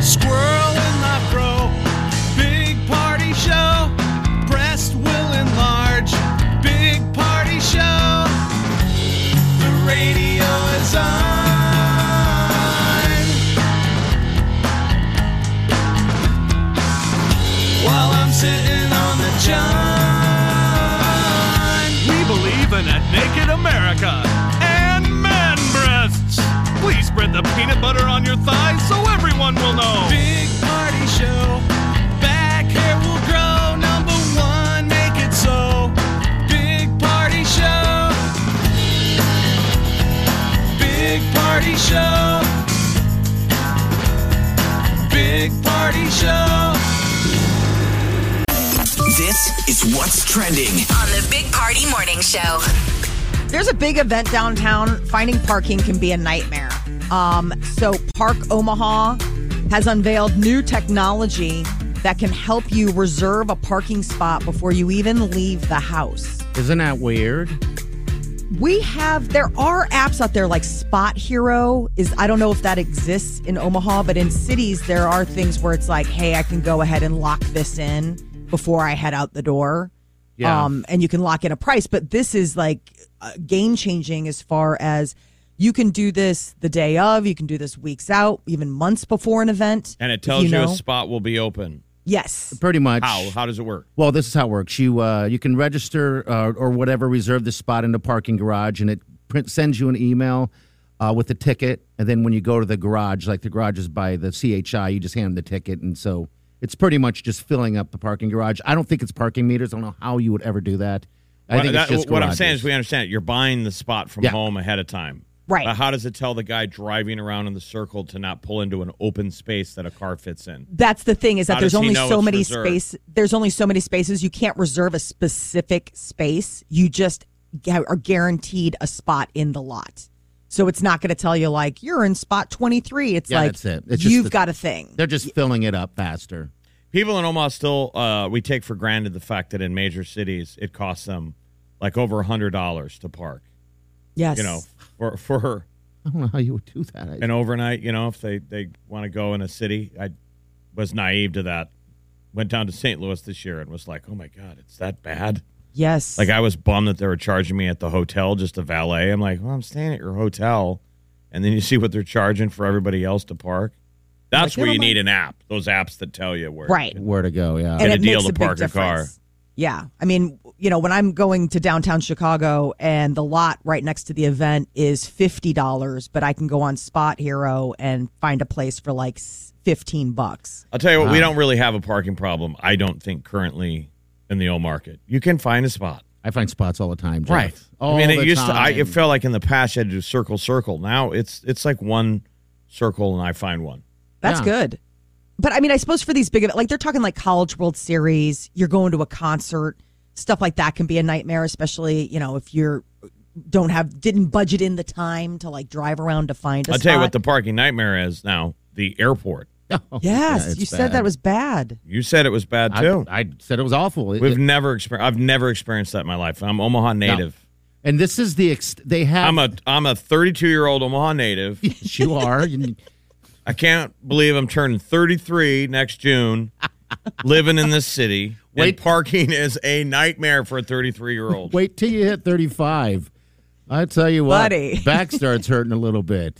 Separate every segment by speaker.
Speaker 1: Squirrel in my bro, big party show. Breast will enlarge, big party show. The radio is on. While I'm sitting on the john.
Speaker 2: We believe in a naked America and man breasts. Please spread the peanut butter on your thighs so everyone will know.
Speaker 1: Big party show. Back hair will grow. Number one, make it so. Big party show. Big party show. Big party show.
Speaker 3: This is what's trending.
Speaker 4: on the Big Party Morning Show.
Speaker 5: There's a big event downtown. Finding parking can be a nightmare. Um, so Park Omaha has unveiled new technology that can help you reserve a parking spot before you even leave the house.
Speaker 6: Isn't that weird?
Speaker 5: We have there are apps out there like Spot Hero is I don't know if that exists in Omaha, but in cities there are things where it's like, hey, I can go ahead and lock this in before I head out the door.
Speaker 6: Yeah.
Speaker 5: Um, and you can lock in a price, but this is like uh, game changing as far as you can do this the day of, you can do this weeks out, even months before an event.
Speaker 7: And it
Speaker 5: if
Speaker 7: tells you,
Speaker 5: know.
Speaker 7: a spot will be open.
Speaker 5: Yes.
Speaker 6: Pretty much.
Speaker 7: How? How does it work?
Speaker 6: Well, this is how it works. You uh, you can register uh, or whatever, reserve the spot in the parking garage, and it print, sends you an email uh, with the ticket. And then when you go to the garage, like the garage is by the CHI, you just hand them the ticket, and so it's pretty much just filling up the parking garage. I don't think it's parking meters. I don't know how you would ever do that. I
Speaker 7: What-
Speaker 6: think
Speaker 7: that-
Speaker 6: it's just
Speaker 7: what I'm
Speaker 6: garages.
Speaker 7: saying is we understand it. You're buying the spot from
Speaker 6: Yeah.
Speaker 7: home ahead of time.
Speaker 5: Right.
Speaker 7: But how does it tell the guy driving around in the circle to not pull into an open space that a car fits in?
Speaker 5: that's the thing is that
Speaker 7: How
Speaker 5: there's
Speaker 7: does he
Speaker 5: only
Speaker 7: know
Speaker 5: so
Speaker 7: it's
Speaker 5: many
Speaker 7: reserved?
Speaker 5: space there's only so many spaces you can't reserve a specific space you just gu- are guaranteed a spot in the lot so it's not going to tell you like you're in spot 23 it's
Speaker 6: Yeah,
Speaker 5: like
Speaker 6: that's it. It's just
Speaker 5: you've
Speaker 6: the-
Speaker 5: got a thing
Speaker 6: They're just filling it up faster.
Speaker 7: People in Omaha still uh, we take for granted the fact that in major cities it costs them like over a hundred dollars to park.
Speaker 5: yes
Speaker 7: You know, for for
Speaker 6: I don't know how you would do that. I-
Speaker 7: an overnight. You know, if they they want to go in a city, I was naive to that. Went down to St. Louis this year and was like, oh my god, it's that bad.
Speaker 5: yes
Speaker 7: Like uh, I was bummed that they were charging me at the hotel just a valet. I'm like, well, I'm staying at your hotel, and then you see what they're charging for everybody else to park. That's
Speaker 5: Like,
Speaker 7: where you
Speaker 5: never
Speaker 7: need an app. Those apps that tell you where.
Speaker 5: right
Speaker 6: Where to go? Yeah.
Speaker 7: Get
Speaker 5: and
Speaker 7: a
Speaker 5: it
Speaker 7: deal
Speaker 5: makes
Speaker 7: to
Speaker 5: a big
Speaker 7: park a car.
Speaker 5: difference. Yeah, I mean, you know, when I'm going to downtown Chicago and the lot right next to the event is fifty dollars, but I can go on Spot Hero and find a place for like s- fifteen bucks.
Speaker 7: I'll tell you what, we don't really have a parking problem. I don't think currently in the old market. You can find a spot.
Speaker 6: I find spots all the time. Jeff. All
Speaker 7: I mean, it
Speaker 6: the
Speaker 7: used to. I, it
Speaker 6: time.
Speaker 7: felt like in the past you had to do circle, circle. Now it's it's like one circle and I find one.
Speaker 5: That's
Speaker 6: Yeah.
Speaker 5: good. But I mean, I suppose for these big events, like they're talking like College World Series, you're going to a concert, stuff like that can be a nightmare, especially you know if you're don't have didn't budget in the time to like drive around to find a
Speaker 7: I'll tell you what
Speaker 5: spot.
Speaker 7: the parking nightmare is now. The airport.
Speaker 5: yes,
Speaker 6: Oh, Yeah, it's
Speaker 5: you said that
Speaker 6: bad.
Speaker 5: was bad.
Speaker 7: You said it was bad
Speaker 6: I,
Speaker 7: too.
Speaker 6: I said it was awful. It-
Speaker 7: We've never experienced. I've never experienced that in my life. I'm Omaha native.
Speaker 6: And this is the ex- they have.
Speaker 7: I'm a I'm a 32 year old Omaha native.
Speaker 6: Yes, you are. You-
Speaker 7: I can't believe I'm turning 33 next June. Living in this city,
Speaker 6: Wait.
Speaker 7: and parking is a nightmare for a 33 year old.
Speaker 6: wait till you hit 35. I tell you what,
Speaker 5: Buddy.
Speaker 6: back starts hurting a little bit.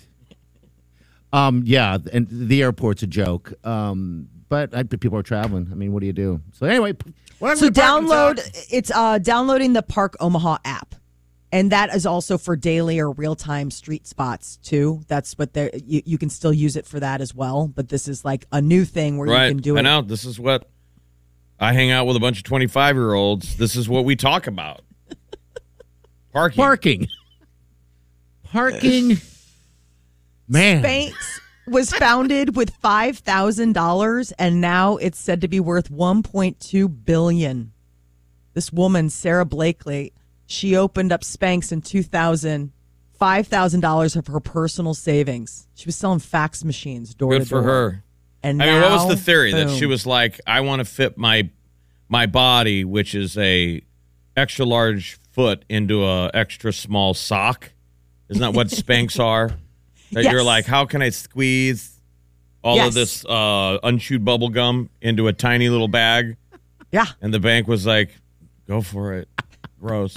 Speaker 6: Um, yeah, and the airport's a joke. Um, but I, people are traveling. I mean, what do you do? So anyway, p- whatever
Speaker 5: So
Speaker 6: the parking
Speaker 5: download
Speaker 6: lot-
Speaker 5: it's uh, downloading the Park Omaha app, and that is also for daily or real time street spots too. That's what they you, you can still use it for that as well. But this is like a new thing where
Speaker 7: right.
Speaker 5: you can do
Speaker 7: I
Speaker 5: it.
Speaker 7: know. This is what I hang out with a bunch of 25 year olds. This is what we talk about. Parking.
Speaker 6: parking, parking, Man.
Speaker 5: Spanx was founded with five thousand dollars, and now it's said to be worth one point two billion. This woman, Sarah Blakely, she opened up Spanx in two thousand. Five thousand dollars of her personal savings. She was selling fax machines door to
Speaker 7: Good for
Speaker 5: door.
Speaker 7: her.
Speaker 5: And
Speaker 7: I mean, what was
Speaker 5: now,
Speaker 7: the theory that she
Speaker 5: boom.
Speaker 7: was like, I want to fit my my body, which is a extra large foot, into a extra small sock? Isn't that what Spanx are? That you're
Speaker 5: Yes.
Speaker 7: like, how can I squeeze all
Speaker 5: Yes.
Speaker 7: of this uh, unchewed bubble gum into a tiny little bag?
Speaker 5: Yeah.
Speaker 7: And the bank was like, go for it. Gross.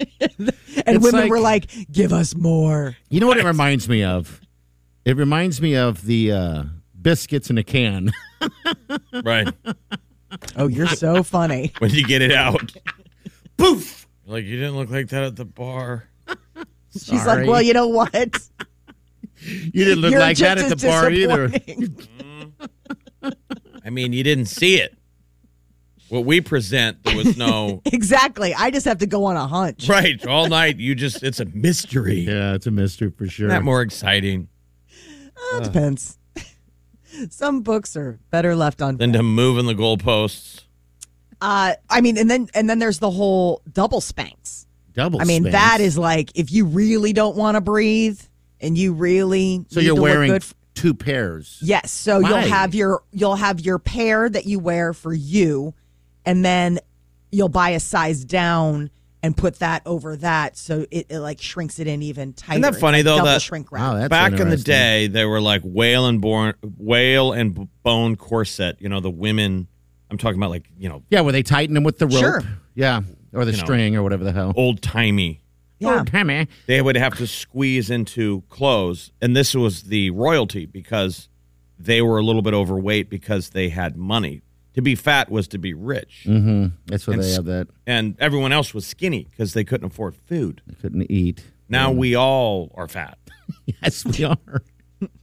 Speaker 5: And
Speaker 6: It's
Speaker 5: women
Speaker 6: like-
Speaker 5: were like, "Give us more."
Speaker 6: You know what it reminds me of? It reminds me of the uh, biscuits in a can.
Speaker 7: right.
Speaker 5: Oh, you're so funny.
Speaker 7: When you get it out, poof. Like, you didn't look like that at the bar.
Speaker 5: She's like, "Well, you know what?
Speaker 6: You didn't look
Speaker 5: You're
Speaker 6: like that at
Speaker 5: just
Speaker 6: the
Speaker 5: as
Speaker 6: bar either.
Speaker 5: disappointing."
Speaker 7: I mean, you didn't see it. What we present, there was no
Speaker 5: exactly. I just have to go on a hunch.
Speaker 7: right all night. You just, it's a mystery. Isn't
Speaker 6: Yeah, it's a mystery for sure.
Speaker 7: that more exciting
Speaker 5: It depends. Some books are better left on.
Speaker 7: than to moving the goalposts?
Speaker 5: Uh, I mean, and then and then there's the whole double spanks.
Speaker 6: Double.
Speaker 5: I mean,
Speaker 6: Spanx.
Speaker 5: that is like if you really don't want to breathe and you really
Speaker 6: So
Speaker 5: need
Speaker 6: you're
Speaker 5: to look
Speaker 6: wearing
Speaker 5: good f-
Speaker 6: two pairs.
Speaker 5: yes. So you'll
Speaker 6: My.
Speaker 5: have your you'll have your pair that you wear for you, and then you'll buy a size down and put that over that, so it, it like shrinks it in even tighter.
Speaker 7: that
Speaker 5: It's
Speaker 7: funny,
Speaker 5: like
Speaker 7: though,
Speaker 5: double
Speaker 7: that-
Speaker 5: shrink wrap.
Speaker 6: Wow, that's
Speaker 7: Back in the
Speaker 6: interesting.
Speaker 7: day, they were like whale and born, whale and b- bone corset. You know, the women. I'm talking about like you know
Speaker 6: Yeah, where they tighten them with the rope.
Speaker 5: Sure.
Speaker 6: Yeah, or the
Speaker 7: know.
Speaker 6: string or whatever the hell.
Speaker 7: old timey.
Speaker 5: yeah.
Speaker 6: Oh, man.
Speaker 7: They would have to squeeze into clothes, and this was the royalty because they were a little bit overweight because they had money. To be fat was to be rich.
Speaker 6: hmm That's why
Speaker 7: And
Speaker 6: they
Speaker 7: s-
Speaker 6: have that.
Speaker 7: and everyone else was skinny because they couldn't afford food.
Speaker 6: They couldn't eat.
Speaker 7: Now we all are fat,
Speaker 6: Yes, we are.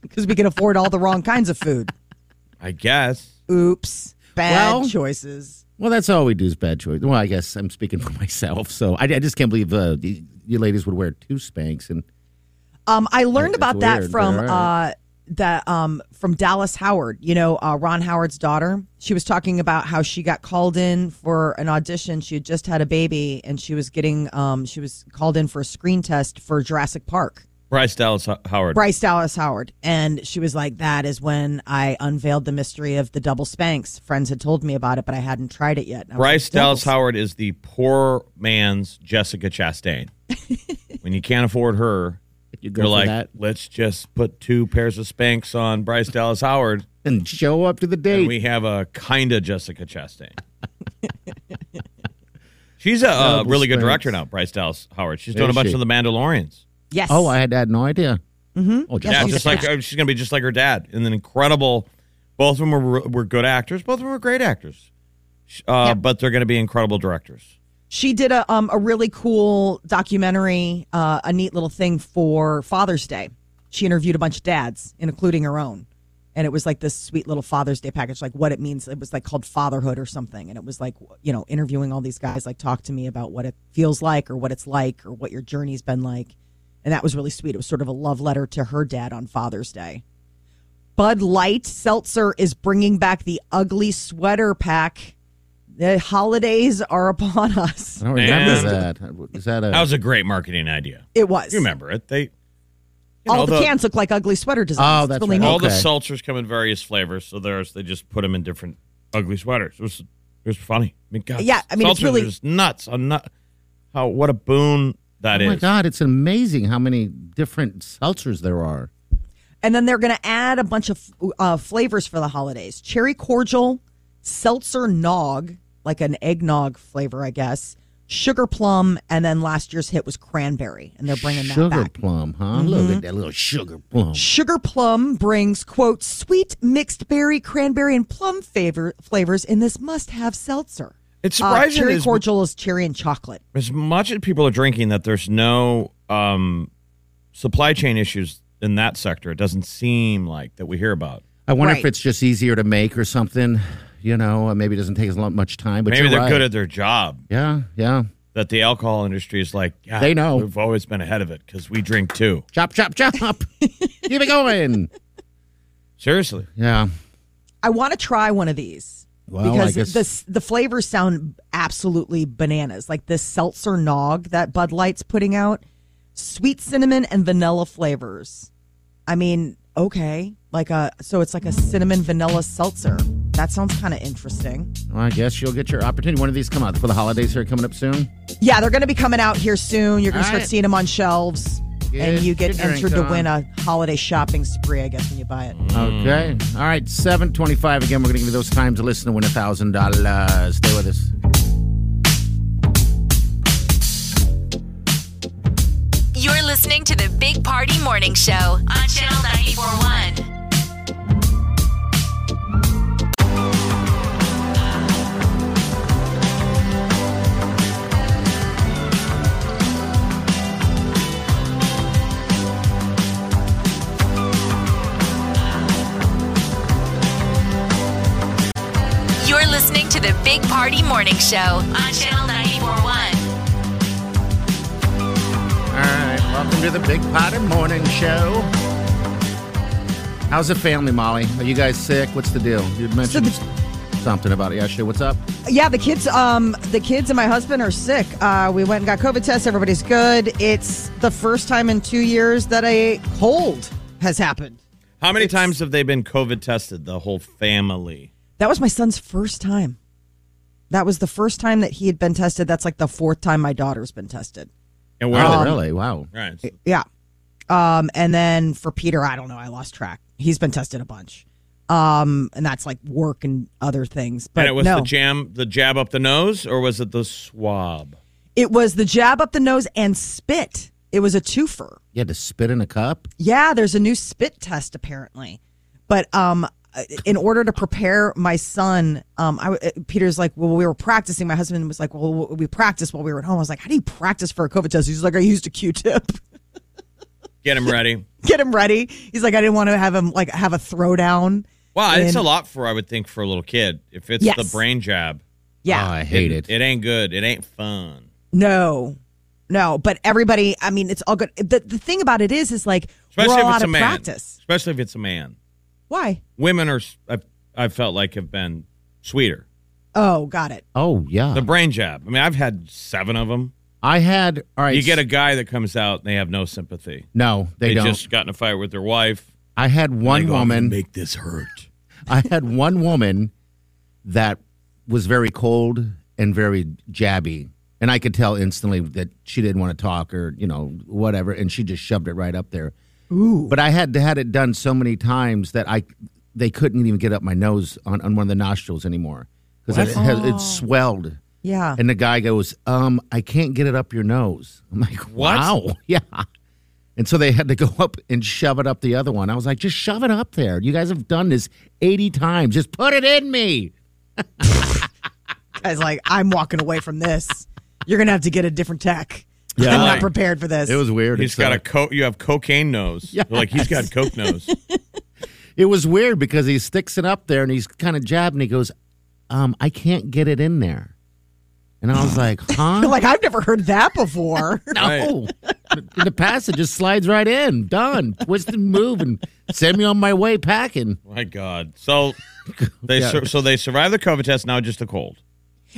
Speaker 5: because we can afford all the wrong kinds of food.
Speaker 7: I guess.
Speaker 5: Oops, bad
Speaker 6: Well-
Speaker 5: choices.
Speaker 6: Well, that's all we do is bad choice. Well, I guess I'm speaking for myself, so I, I just can't believe uh, the- you ladies would wear two spanks. And
Speaker 5: Um, I learned
Speaker 6: That's
Speaker 5: about that
Speaker 6: weird, but
Speaker 5: from
Speaker 6: all right.
Speaker 5: uh, that um, from Dallas Howard. You know, uh, Ron Howard's daughter. She was talking about how she got called in for an audition. She had just had a baby, and she was getting um, she was called in for a screen test for Jurassic Park.
Speaker 7: Bryce Dallas Ho- Howard.
Speaker 5: Bryce Dallas Howard. And she was like, That is when I unveiled the mystery of the double Spanx. Friends had told me about it, but I hadn't tried it yet. And I was
Speaker 7: Bryce
Speaker 5: like, "Double
Speaker 7: Dallas
Speaker 5: Spanx."
Speaker 7: Howard is the poor man's Jessica Chastain. when you can't afford her,
Speaker 6: you go
Speaker 7: you're
Speaker 6: for
Speaker 7: like,
Speaker 6: that
Speaker 7: let's just put two pairs of Spanx on Bryce Dallas Howard,
Speaker 6: and show up to the date.
Speaker 7: and we have a kind of Jessica Chastain. She's a uh,
Speaker 6: Double
Speaker 7: really good
Speaker 6: Spanx.
Speaker 7: director now, Bryce Dallas Howard. She's
Speaker 6: Is
Speaker 7: doing a bunch
Speaker 6: she?
Speaker 7: of The Mandalorians.
Speaker 5: Yes.
Speaker 6: oh, I had, had no idea. Mm-hmm. Oh,
Speaker 7: Yeah,
Speaker 5: She's
Speaker 7: just
Speaker 5: a
Speaker 7: like uh, she's gonna be just like her dad, and an incredible. Both of them were were good actors. Both of them were great actors, Sh- uh, but they're gonna be incredible directors.
Speaker 5: She did a um a really cool documentary, uh, a neat little thing for Father's Day. She interviewed a bunch of dads, and including her own, and it was like this sweet little Father's Day package, like what it means. It was like called Fatherhood or something, and it was like you know interviewing all these guys, like talk to me about what it feels like or what it's like or what your journey's been like, and that was really sweet. It was sort of a love letter to her dad on Father's Day. Bud Light Seltzer is bringing back the ugly sweater pack. The holidays are upon us.
Speaker 6: I don't remember
Speaker 7: And-
Speaker 6: that. Is that a?
Speaker 7: That was a great marketing idea.
Speaker 5: It was.
Speaker 7: You remember it? They you
Speaker 5: All
Speaker 7: know,
Speaker 5: the, cans look like ugly sweater designs.
Speaker 6: Oh,
Speaker 5: It's
Speaker 6: that's
Speaker 5: really
Speaker 6: right.
Speaker 5: neat.
Speaker 7: all the
Speaker 6: Okay.
Speaker 7: seltzers come in various flavors, so there's they just put them in different ugly sweaters. It was, it was funny. I mean, God,
Speaker 5: Yeah, I mean, it's
Speaker 7: seltzers
Speaker 5: really-
Speaker 7: are just nuts. I'm not how what a boon that
Speaker 6: oh
Speaker 7: is.
Speaker 6: my God! It's amazing how many different seltzers there are.
Speaker 5: And then they're going to add a bunch of uh, flavors for the holidays: cherry cordial, seltzer nog, like an eggnog flavor, I guess. Sugar plum, and then last year's hit was cranberry, and they're bringing
Speaker 6: sugar
Speaker 5: that back. Mm-hmm.
Speaker 6: plum, huh? Look at that little sugar plum.
Speaker 5: Sugar plum brings quote sweet mixed berry, cranberry, and plum favor- flavors in this must-have seltzer.
Speaker 7: It's
Speaker 5: Uh,
Speaker 7: surprising
Speaker 5: cherry
Speaker 7: as-
Speaker 5: cordial is cherry and chocolate.
Speaker 7: as much as people are drinking that there's no um, supply chain issues in that sector it doesn't seem like that we hear about
Speaker 6: I wonder if
Speaker 5: Right.
Speaker 6: it's just easier to make or something. You know, maybe it doesn't take as lo- much time. But
Speaker 7: maybe
Speaker 6: you're
Speaker 7: they're
Speaker 6: right.
Speaker 7: good at their job
Speaker 6: yeah, yeah.
Speaker 7: that the alcohol industry is like yeah,
Speaker 6: They know.
Speaker 7: we've always been ahead of it because we drink too
Speaker 6: Chop, chop, chop. Keep it going.
Speaker 7: Seriously.
Speaker 6: Yeah.
Speaker 5: I want to try one of these
Speaker 6: Well,
Speaker 5: because
Speaker 6: I guess
Speaker 5: this, the flavors sound absolutely bananas. Like this seltzer nog that Bud Light's putting out, sweet cinnamon and vanilla flavors. I mean, okay, like a so it's like a cinnamon vanilla seltzer. That sounds kind of interesting.
Speaker 6: well, I guess you'll get your opportunity. One of these come out for the holidays here coming up soon.
Speaker 5: Yeah, they're going to be coming out here soon. You're going to
Speaker 6: All
Speaker 5: start
Speaker 6: right.
Speaker 5: seeing them on shelves,
Speaker 6: Get
Speaker 5: and you get
Speaker 6: your drink
Speaker 5: entered to
Speaker 6: on.
Speaker 5: win a holiday shopping spree. I guess when you buy it.
Speaker 6: Okay. All right. Seven twenty-five. Again, we're going to give you those times to listen to win a thousand dollars. Stay with us.
Speaker 4: You're listening to the Big Party Morning Show on Channel 941. You're listening to the Big Party Morning Show on Channel 941.
Speaker 6: All right. Welcome to the Big Potter Morning Show. How's the family, Molly? Are you guys sick? What's the deal? You mentioned something about it yesterday. What's up?
Speaker 5: Yeah, the kids, um, the kids and my husband are sick. Uh, we went and got COVID tests. Everybody's good. It's the first time in two years that a cold has happened.
Speaker 7: How many times have they been COVID tested? The whole family.
Speaker 5: That was my son's first time. That was the first time that he had been tested. That's like the fourth time my daughter's been tested.
Speaker 7: And where are they?
Speaker 6: Oh, really? Wow.
Speaker 7: Right. so-
Speaker 5: Yeah. Um, and then for Peter, I don't know. I lost track. He's been tested a bunch. Um, and that's like work and other things. But
Speaker 7: and it was
Speaker 5: no.
Speaker 7: the jam, the jab up the nose, or was it the swab?
Speaker 5: it was the jab up the nose and spit. It was a twofer.
Speaker 6: You had to spit in a cup.
Speaker 5: Yeah, there's a new spit test apparently. But um in order to prepare my son, um, I, uh, Peter's like, well, we were practicing. My husband was like, well, we practiced while we were at home. I was like, how do you practice for a COVID test? He's like, I used a Q-tip.
Speaker 7: Get him ready.
Speaker 5: Get him ready. He's like, I didn't want to have him like have a throwdown.
Speaker 7: Wow, it's a
Speaker 5: And-
Speaker 7: lot for I would think for a little kid. If it's the
Speaker 5: Yes.
Speaker 7: brain jab,
Speaker 6: Oh, I
Speaker 5: Yeah,
Speaker 6: hate it.
Speaker 7: it ain't good. It ain't fun.
Speaker 5: no, no. But everybody, I mean, it's all good. The, the thing about it is, is like we're
Speaker 7: Especially
Speaker 5: all
Speaker 7: if
Speaker 5: out
Speaker 7: it's a
Speaker 5: of
Speaker 7: man.
Speaker 5: practice.
Speaker 7: Especially if it's a man.
Speaker 5: Why?
Speaker 7: Women are. I I felt like have been sweeter.
Speaker 5: Oh, got it.
Speaker 6: Oh yeah.
Speaker 5: Uh-huh.
Speaker 7: The brain jab. I mean, I've had seven of them.
Speaker 6: I had. All right.
Speaker 7: You get a guy that comes out and they have no sympathy.
Speaker 6: No, they,
Speaker 7: They,
Speaker 6: don't.
Speaker 7: just got in a fight with their wife.
Speaker 6: I had
Speaker 7: They
Speaker 6: one
Speaker 7: go, "I'm gonna
Speaker 6: woman.
Speaker 7: make this hurt.
Speaker 6: I had one woman that was very cold and very jabby. And I could tell instantly that she didn't want to talk or, you know, whatever. And she just shoved it right up there. Ooh. But I had had it done so many times that I they couldn't even get up my nose on, on one of the nostrils anymore. Because it, has- it swelled.
Speaker 5: Yeah.
Speaker 6: And the guy goes, um, I can't get it up your nose. I'm like, wow. Yeah. And so they had to go up and shove it up the other one. I was like, just shove it up there. You guys have done this 80 times. Just put it in me.
Speaker 5: I was like, I'm walking away from this. You're gonna have to get a different tech.
Speaker 6: Yeah.
Speaker 5: I'm
Speaker 7: Like,
Speaker 5: not prepared for this.
Speaker 6: It was weird.
Speaker 7: He's
Speaker 6: It's,
Speaker 7: got
Speaker 6: uh,
Speaker 7: a coat. You have cocaine nose.
Speaker 6: Yes.
Speaker 7: Like he's got coke nose.
Speaker 6: It was weird because he sticks it up there and he's kind of jabbing. He goes, um, I can't get it in there. And I was like, huh?
Speaker 5: like I've never heard that before.
Speaker 6: no. In the past, it just slides right in. Done. Twist and move and send me on my way packing.
Speaker 7: My God. So they
Speaker 6: Yeah.
Speaker 7: sur- so they survived the COVID test. Now just a cold.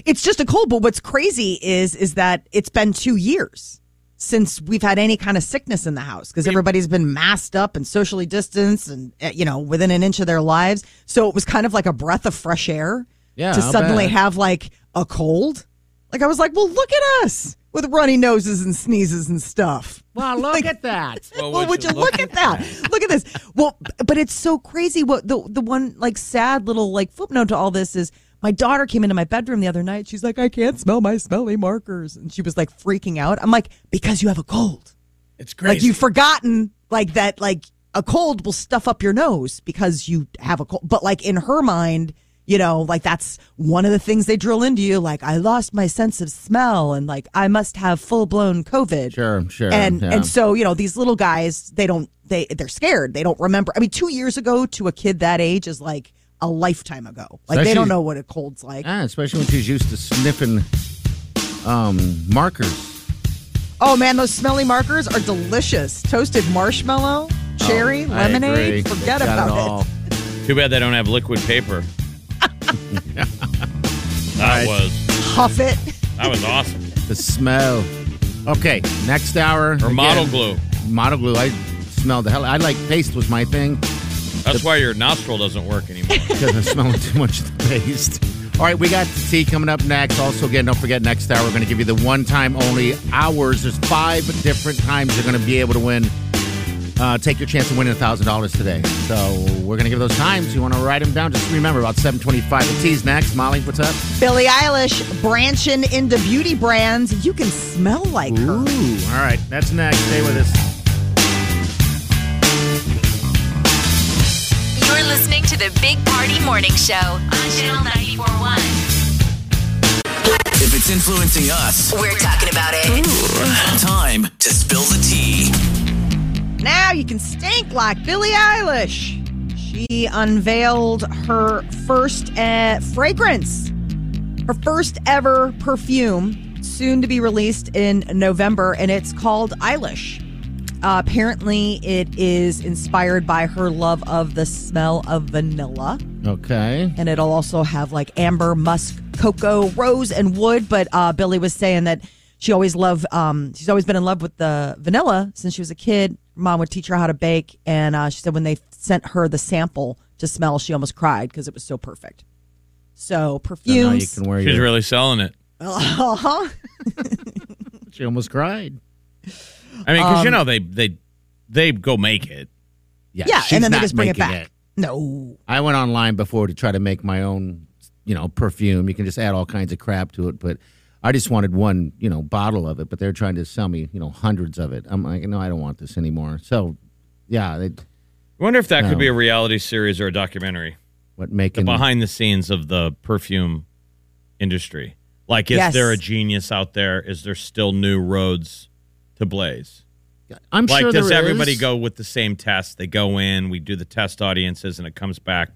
Speaker 5: it's just a cold. But what's crazy is is that it's been two years since we've had any kind of sickness in the house because everybody's been masked up and socially distanced and eh, you know within an inch of their lives. So it was kind of like a breath of fresh air
Speaker 6: Yeah,
Speaker 5: to
Speaker 6: I'll
Speaker 5: suddenly
Speaker 6: bet.
Speaker 5: have like a cold. Like I was like, well, look at us with runny noses and sneezes and stuff.
Speaker 6: Wow, look at that.
Speaker 7: Well,
Speaker 5: well, would you look at that? Look at this. Well, b- but it's so crazy. What the the one like sad little like footnote to all this is. My daughter came into my bedroom the other night. She's like, I can't smell my smelly markers, and she was like freaking out. I'm like, because you have a cold.
Speaker 7: It's
Speaker 5: Like you've forgotten like that. Like a cold will stuff up your nose because you have a cold. But like in her mind. You know, like that's one of the things they drill into you. Like, I lost my sense of smell, and like I must have full blown COVID
Speaker 6: Sure, sure.
Speaker 5: and
Speaker 6: yeah.
Speaker 5: and so you know these little guys they don't they they're scared they don't remember i mean two years ago to a kid that age is like a lifetime ago like
Speaker 6: Especially-
Speaker 5: they don't know what a cold's like
Speaker 6: Ah, especially when she's used to sniffing um, markers.
Speaker 5: oh man those smelly markers are delicious toasted marshmallow cherry,
Speaker 6: I agree.
Speaker 5: lemonade. Forget
Speaker 6: They got
Speaker 5: about
Speaker 6: it. All.
Speaker 7: Too bad they don't have liquid paper. that was
Speaker 5: Huff it.
Speaker 7: that was awesome.
Speaker 6: The smell. Okay, next hour.
Speaker 7: Or
Speaker 6: again,
Speaker 7: model glue.
Speaker 6: Model glue. I smelled the hell. I like paste was my thing.
Speaker 7: That's why your nostril doesn't work anymore.
Speaker 6: because I'm smelling too much of the paste. All right, we got tea coming up next. Also, again, don't forget next hour we're going to give you the one time only hours. There's five different times you're going to be able to win. Uh, take your chance of winning thousand dollars today. So we're going to give those times. You want to write them down. Just remember about seven twenty-five. The tea's next. Molly, what's up?
Speaker 5: Billie Eilish branching into beauty brands. You can smell like
Speaker 6: Ooh,
Speaker 5: her.
Speaker 6: all right, that's next. Stay with us.
Speaker 4: You're listening to the Big Party Morning Show on Channel 941.
Speaker 3: If it's influencing us,
Speaker 4: We're talking about it.
Speaker 3: time to spill the tea.
Speaker 5: Now you can stink like Billie Eilish. She unveiled her first uh, fragrance, her first ever perfume, soon to be released in November, and it's called Eilish. Uh, apparently, it is inspired by her love of the smell of vanilla,
Speaker 6: Okay.
Speaker 5: and it'll also have like amber, musk, cocoa, rose, and wood. But uh, Billy was saying that she always loved, um, she's always been in love with the vanilla since she was a kid. Mom would teach her how to bake, and uh, she said when they sent her the sample to smell, she almost cried because it was so perfect. So
Speaker 6: So now you
Speaker 5: perfumes,
Speaker 6: can wear
Speaker 7: She's
Speaker 6: your.
Speaker 7: really selling it.
Speaker 5: uh-huh.
Speaker 6: She almost cried.
Speaker 7: I mean, because
Speaker 6: Um,
Speaker 7: you know they they they go make it.
Speaker 5: yeah,
Speaker 6: she's
Speaker 5: and then they
Speaker 6: not
Speaker 5: just bring it
Speaker 6: making
Speaker 5: back. No,
Speaker 6: I went online before to try to make my own, you know, perfume. You can just add all kinds of crap to it, but I just wanted one, you know, bottle of it. But they're trying to sell me, you know, hundreds of it. I'm like, no, I don't want this anymore. So, yeah, they,
Speaker 7: I wonder if that
Speaker 6: No.
Speaker 7: could be a reality series or a documentary.
Speaker 6: what
Speaker 7: The
Speaker 6: making
Speaker 7: behind the scenes of the perfume industry. Like, is
Speaker 5: Yes.
Speaker 7: there a genius out there? Is there still new roads to blaze?
Speaker 6: I'm
Speaker 7: like,
Speaker 6: sure
Speaker 7: does
Speaker 6: there
Speaker 7: everybody
Speaker 6: is.
Speaker 7: go with the same test? They go in, we do the test audiences, and it comes back.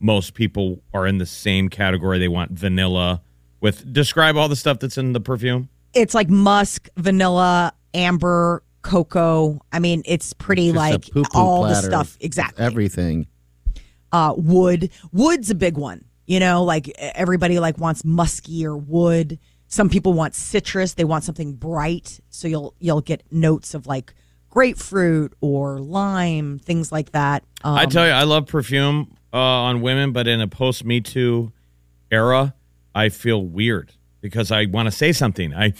Speaker 7: Most people are in the same category. They want vanilla. With describe all the stuff that's in the perfume.
Speaker 5: it's like musk, vanilla, amber, cocoa. I mean, it's pretty
Speaker 6: Just a
Speaker 5: like
Speaker 6: poo-poo
Speaker 5: all the
Speaker 6: platter
Speaker 5: stuff
Speaker 6: of
Speaker 5: exactly.
Speaker 6: everything?
Speaker 5: uh, wood. Wood's a big one. You know, like e, everybody like wants musky or wood. Some people want citrus. They want something bright. So you'll you'll get notes of like grapefruit or lime, things like that. Um,
Speaker 7: I tell you, I love perfume uh, on women, but in a post Me Too era, I feel weird because I want to say something. I,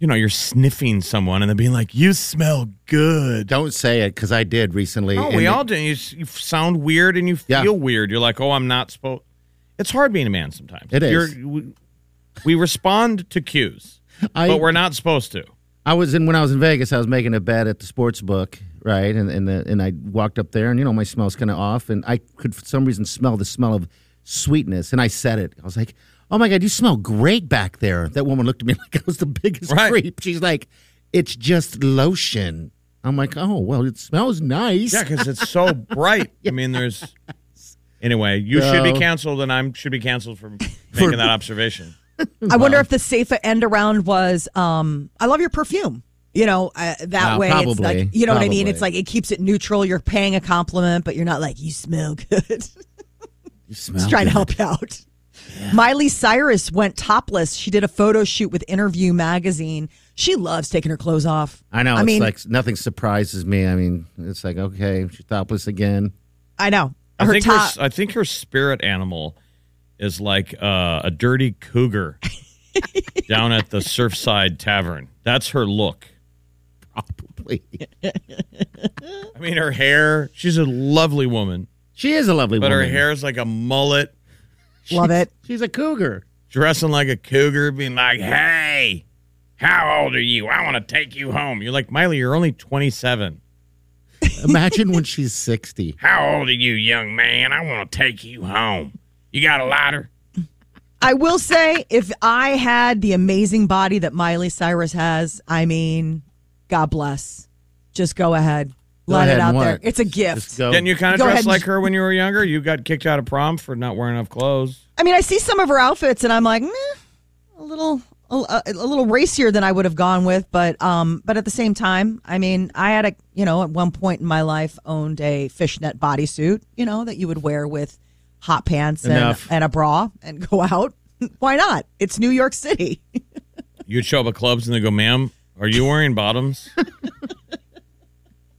Speaker 7: you know, you're sniffing someone and then being like, "You smell good."
Speaker 6: Don't say it because I did recently.
Speaker 7: No,
Speaker 6: and
Speaker 7: we
Speaker 6: it-
Speaker 7: all do. You, s- you sound weird and you
Speaker 6: Yeah.
Speaker 7: feel weird. You're like, "Oh, I'm not supposed." It's hard being a man sometimes.
Speaker 6: It is.
Speaker 7: You're, we, we respond to cues,
Speaker 6: I,
Speaker 7: but we're not supposed to.
Speaker 6: I was in when I was in Vegas. I was making a bet at the sports book, right? And and the, and I walked up there, and you know my smell's kind of off, and I could for some reason smell the smell of sweetness, and I said it. I was like, "Oh my god, you smell great back there." That woman looked at me like I was the biggest
Speaker 7: Right.
Speaker 6: creep. She's like, "It's just lotion." I'm like, "Oh well, it smells nice."
Speaker 7: Yeah, because it's so bright. I mean, there's. Anyway, you should
Speaker 6: So-
Speaker 7: be canceled, and I should be canceled for making
Speaker 6: For-
Speaker 7: that observation.
Speaker 5: I wonder if the safe end around was, um, I love your perfume. You know, uh, that
Speaker 6: Wow,
Speaker 5: way it's
Speaker 6: probably.
Speaker 5: like, you know what I mean?
Speaker 6: Probably.
Speaker 5: It's like it keeps it neutral. You're paying a compliment, but you're not like, you smell good.
Speaker 6: You smell
Speaker 5: trying to
Speaker 6: good.
Speaker 5: help you out. Miley Cyrus went topless. She did a photo shoot with Interview magazine. She loves taking her clothes off.
Speaker 6: I know.
Speaker 5: I
Speaker 6: it's
Speaker 5: mean,
Speaker 6: like nothing surprises me. I mean, it's like okay, she's topless again.
Speaker 5: I know
Speaker 7: I
Speaker 5: her
Speaker 7: think her,
Speaker 5: top.
Speaker 7: s- I think her spirit animal is like uh, a dirty cougar down at the Surfside Tavern. That's her look.
Speaker 6: Probably.
Speaker 7: I mean, her hair. She's a lovely woman,
Speaker 6: She is a lovely
Speaker 7: but her
Speaker 6: woman.
Speaker 7: hair is like a mullet,
Speaker 5: Love it.
Speaker 6: She's a cougar.
Speaker 7: dressing like a cougar, being like, "Hey, how old are you? I want to take you home." You're like Miley. You're only 27.
Speaker 6: Imagine when she's sixty.
Speaker 7: How old are you, young man? I want to take you home. You got a lighter?
Speaker 5: I will say, if I had the amazing body that Miley Cyrus has, I mean, God bless. Just go ahead,
Speaker 6: Go
Speaker 5: let
Speaker 6: ahead
Speaker 5: it out
Speaker 6: and
Speaker 5: there.
Speaker 6: what?
Speaker 5: It's a
Speaker 6: Just
Speaker 5: gift.
Speaker 6: go.
Speaker 7: Didn't you kind of
Speaker 5: Oh. Go ahead
Speaker 7: dress
Speaker 5: and
Speaker 7: like
Speaker 5: just-
Speaker 7: her when you were younger? You got kicked out of prom for not wearing enough clothes.
Speaker 5: I mean, I see some of her outfits, and I'm like, meh, a little, a, a- a little racier than I would have gone with, but um, but at the same time, I mean, I had a you know at one point in my life owned a fishnet bodysuit, you know that you would wear with hot pants and,
Speaker 7: Enough.
Speaker 5: and a bra and go out. Why not? It's New York City.
Speaker 7: You'd show up at clubs and they go, ma'am, are you wearing bottoms?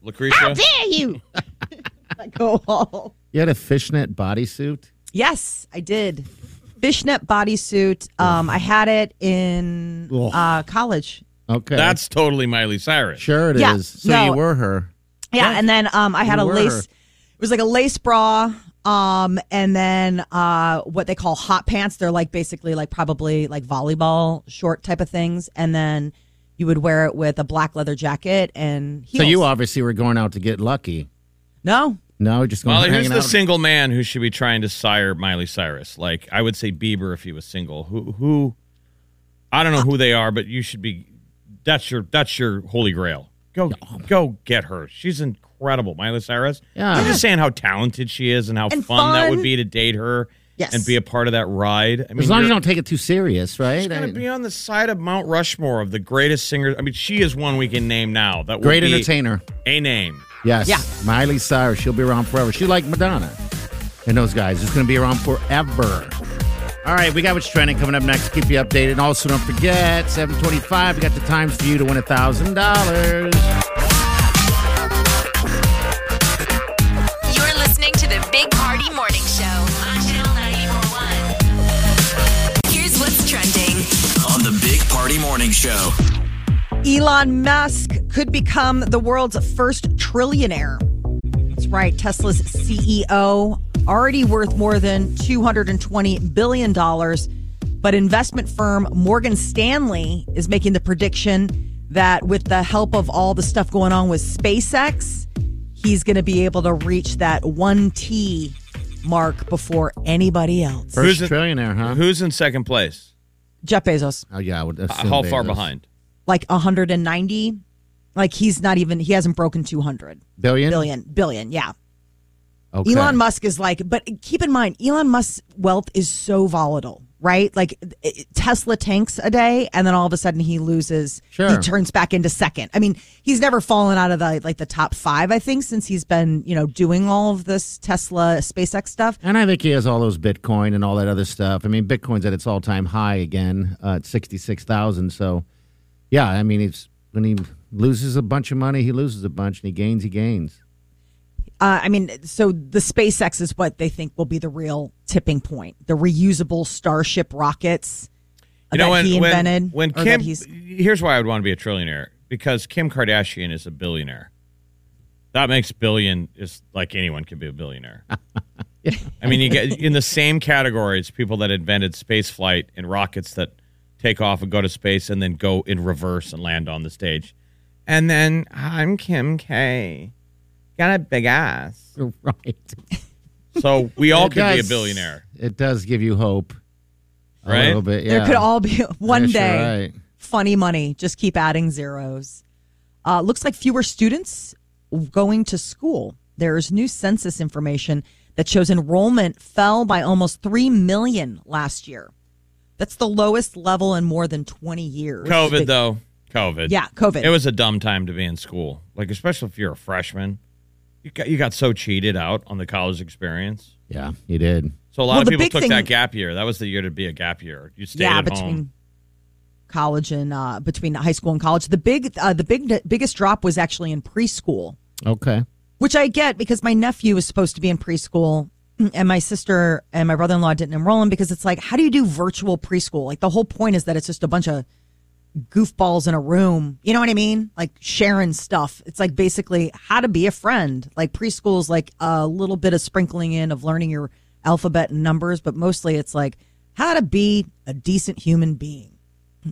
Speaker 7: Lucretia?
Speaker 5: I go all.
Speaker 6: You had a fishnet bodysuit.
Speaker 5: Yes, I did. Fishnet bodysuit. Um, I had it in
Speaker 6: Ugh.
Speaker 5: uh, college.
Speaker 6: Okay,
Speaker 7: That's totally Miley Cyrus.
Speaker 6: sure it is.
Speaker 5: Yeah,
Speaker 6: So
Speaker 5: no.
Speaker 6: you were her.
Speaker 5: Yeah, and then um, I had
Speaker 6: You
Speaker 5: a
Speaker 6: were.
Speaker 5: lace. It was like a lace bra, um, and then uh, what they call hot pants. They're like basically like probably like volleyball short type of things, and then you would wear it with a black leather jacket and heels.
Speaker 6: So you obviously were going out to get lucky.
Speaker 5: no.
Speaker 6: No, just going
Speaker 7: Molly,
Speaker 6: hanging
Speaker 7: who's the
Speaker 6: out.
Speaker 7: single man who should be trying to sire Miley Cyrus? Like, I would say Bieber if he was single. Who, who, I don't know who they are, but you should be. That's your, that's your holy grail. Go, go get her. She's incredible, Miley Cyrus.
Speaker 6: Yeah.
Speaker 7: I'm just saying how talented she is and how
Speaker 5: And
Speaker 7: fun, that would
Speaker 5: fun.
Speaker 7: be to date her.
Speaker 5: Yes.
Speaker 7: and be a part of that ride. I mean,
Speaker 6: as long as you
Speaker 7: you're-
Speaker 6: don't take it too serious, right?
Speaker 7: She's
Speaker 6: I
Speaker 7: going
Speaker 6: mean,
Speaker 7: to be on the side of Mount Rushmore of the greatest singers. I mean, she is one we can name now. That would
Speaker 6: great
Speaker 7: be
Speaker 6: entertainer.
Speaker 7: A name.
Speaker 6: Yes.
Speaker 5: Yeah.
Speaker 6: Miley Cyrus. She'll be around forever. She's like Madonna and those guys. It's going to be around forever. All right, we got what's trending coming up next. Keep you updated. And also, don't forget, 725, we got the times for you to win $1,000.
Speaker 4: You're listening to the Big Party Morning Show on Channel 941. Here's what's trending.
Speaker 3: on the Big Party Morning Show.
Speaker 5: Elon Musk could become the world's first trillionaire. That's right, Tesla's CEO, already worth more than $220 billion. But investment firm Morgan Stanley is making the prediction that with the help of all the stuff going on with SpaceX, he's going to be able to reach that 1T mark before anybody else.
Speaker 6: First
Speaker 7: Who's it-
Speaker 6: trillionaire, huh?
Speaker 7: Who's in second place?
Speaker 5: Jeff Bezos.
Speaker 6: Oh, yeah. I would assume
Speaker 7: How far
Speaker 6: Bezos.
Speaker 7: behind?
Speaker 5: like 190 like he's not even he hasn't broken 200
Speaker 6: Billion?
Speaker 5: billion billion yeah
Speaker 6: Okay.
Speaker 5: elon musk is like but keep in mind elon musk's wealth is so volatile right like it- tesla tanks a day and then all of a sudden he loses he
Speaker 6: Sure.
Speaker 5: turns back into second i mean he's never fallen out of the like the top five i think since he's been you know doing all of this tesla spacex stuff
Speaker 6: And I think he has all those Bitcoin and all that other stuff. I mean, Bitcoin's at its all time high again uh, at 66,000. So, yeah, I mean, it's when he loses a bunch of money, he loses a bunch, and he gains, he gains.
Speaker 5: Uh, I mean, so the SpaceX is what they think will be the real tipping point. The reusable Starship rockets
Speaker 7: You know,
Speaker 5: that
Speaker 7: when,
Speaker 5: he invented. or
Speaker 7: when, when
Speaker 5: that
Speaker 7: Kim,
Speaker 5: he's-
Speaker 7: here's why I would want to be a trillionaire because Kim Kardashian is a billionaire. That makes billion is like anyone can be a billionaire. I mean, you get in the same category as people that invented space flight and rockets that take off and go to space and then go in reverse and land on the stage. And then I'm Kim K. Got a big ass.
Speaker 6: You're right.
Speaker 7: So we all
Speaker 6: It
Speaker 7: could be a
Speaker 6: does-
Speaker 7: billionaire.
Speaker 6: It does give you hope, a
Speaker 7: Right?
Speaker 6: little bit.
Speaker 5: there
Speaker 6: yeah.
Speaker 5: could all be one
Speaker 6: Yes, you're
Speaker 5: day.
Speaker 6: right.
Speaker 5: Funny money. Just keep adding zeros. Uh, looks like fewer students going to school. There's new census information that shows enrollment fell by almost 3 million last year. That's the lowest level in more than 20 years.
Speaker 7: COVID though. COVID.
Speaker 5: Yeah, COVID.
Speaker 7: It was a dumb time to be in school. Like especially if you're a freshman, you got you got so cheated out on the college experience.
Speaker 6: Yeah, he did.
Speaker 7: So a lot
Speaker 5: Well,
Speaker 7: of
Speaker 5: the
Speaker 7: people
Speaker 5: big
Speaker 7: took
Speaker 5: thing-
Speaker 7: that gap year. That was the year to be a gap year. You stayed
Speaker 5: yeah,
Speaker 7: at
Speaker 5: between
Speaker 7: home.
Speaker 5: college and uh, between high school and college. The big, uh, the big, biggest drop was actually in preschool,
Speaker 6: Okay.
Speaker 5: which I get because my nephew was supposed to be in preschool, mm, and my sister and my brother in law didn't enroll him because it's like, how do you do virtual preschool? Like the whole point is that it's just a bunch of goofballs in a room. You know what I mean? Like sharing stuff. It's like basically how to be a friend. Like preschool's like a little bit of sprinkling in of learning your alphabet and numbers, but mostly it's like how to be a decent human being.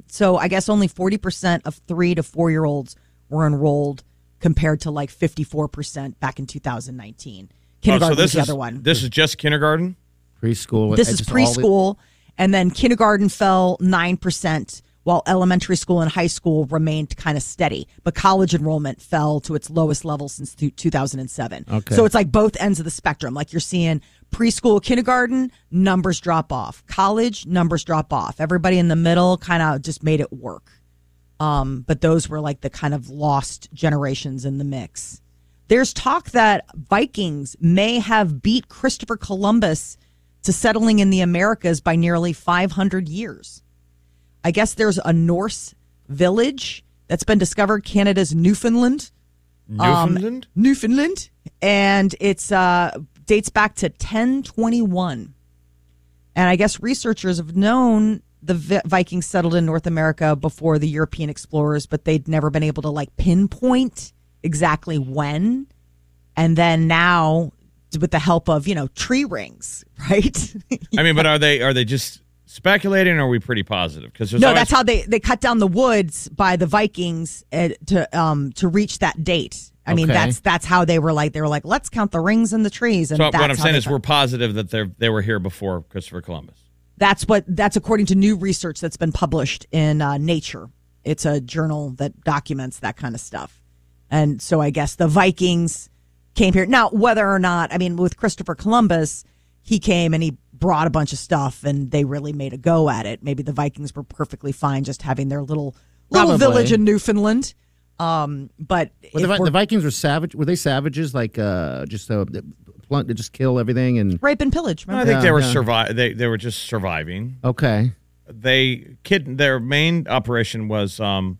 Speaker 5: So I guess only 40% of three to four year olds were enrolled compared to like 54% back in 2019.
Speaker 7: Oh,
Speaker 5: Kindergarten
Speaker 7: so
Speaker 5: was
Speaker 7: this
Speaker 5: the
Speaker 7: is
Speaker 5: other one.
Speaker 7: this is just kindergarten.
Speaker 6: Preschool.
Speaker 5: This
Speaker 6: I
Speaker 5: is
Speaker 6: just- all the-
Speaker 5: preschool, and then kindergarten fell nine percent, while elementary school and high school remained kind of steady. But college enrollment fell to its lowest level since th- 2007.
Speaker 6: Okay.
Speaker 5: So it's like both ends of the spectrum. Like you're seeing Preschool, kindergarten, numbers drop off. College, numbers drop off. Everybody in the middle kind of just made it work. Um, but those were like the kind of lost generations in the mix. There's talk that Vikings may have beat Christopher Columbus to settling in the Americas by nearly 500 years. I guess there's a Norse village that's been discovered Canada's Newfoundland. Um,
Speaker 7: Newfoundland?
Speaker 5: Newfoundland, and it's uh, dates back to 1021. And I guess researchers have known the Vi- Vikings settled in North America before the European explorers, but they'd never been able to like pinpoint exactly when. And then now, with the help of you know tree rings, right?
Speaker 7: I mean, but are they are they just speculating? or Are we pretty positive? Because
Speaker 5: no, that's how they they cut down the woods by the Vikings uh, to um to reach that date. I mean,
Speaker 6: Okay.
Speaker 5: that's that's how they were like they were like let's count the rings in the trees. And
Speaker 7: So
Speaker 5: that's
Speaker 7: what I'm
Speaker 5: how
Speaker 7: saying
Speaker 5: they
Speaker 7: is
Speaker 5: cut-
Speaker 7: we're positive that they they were here before Christopher Columbus.
Speaker 5: that's what that's according to new research that's been published in uh, Nature. It's a journal that documents that kind of stuff. And so I guess the Vikings came here. Now, whether or not, I mean, with Christopher Columbus, he came and he brought a bunch of stuff and they really made a go at it. Maybe the Vikings were perfectly fine just having their little little
Speaker 6: Probably.
Speaker 5: village in Newfoundland. Um, but
Speaker 6: Well, the,
Speaker 5: if
Speaker 6: Vi-
Speaker 5: we're-
Speaker 6: the Vikings were savage. Were they savages? Like uh, just uh, blunt, just kill everything and
Speaker 5: rape and pillage.
Speaker 7: I
Speaker 5: Remember?
Speaker 7: think they were
Speaker 6: yeah.
Speaker 7: survi- They they were just surviving.
Speaker 6: okay.
Speaker 7: They kid. Their main operation was um,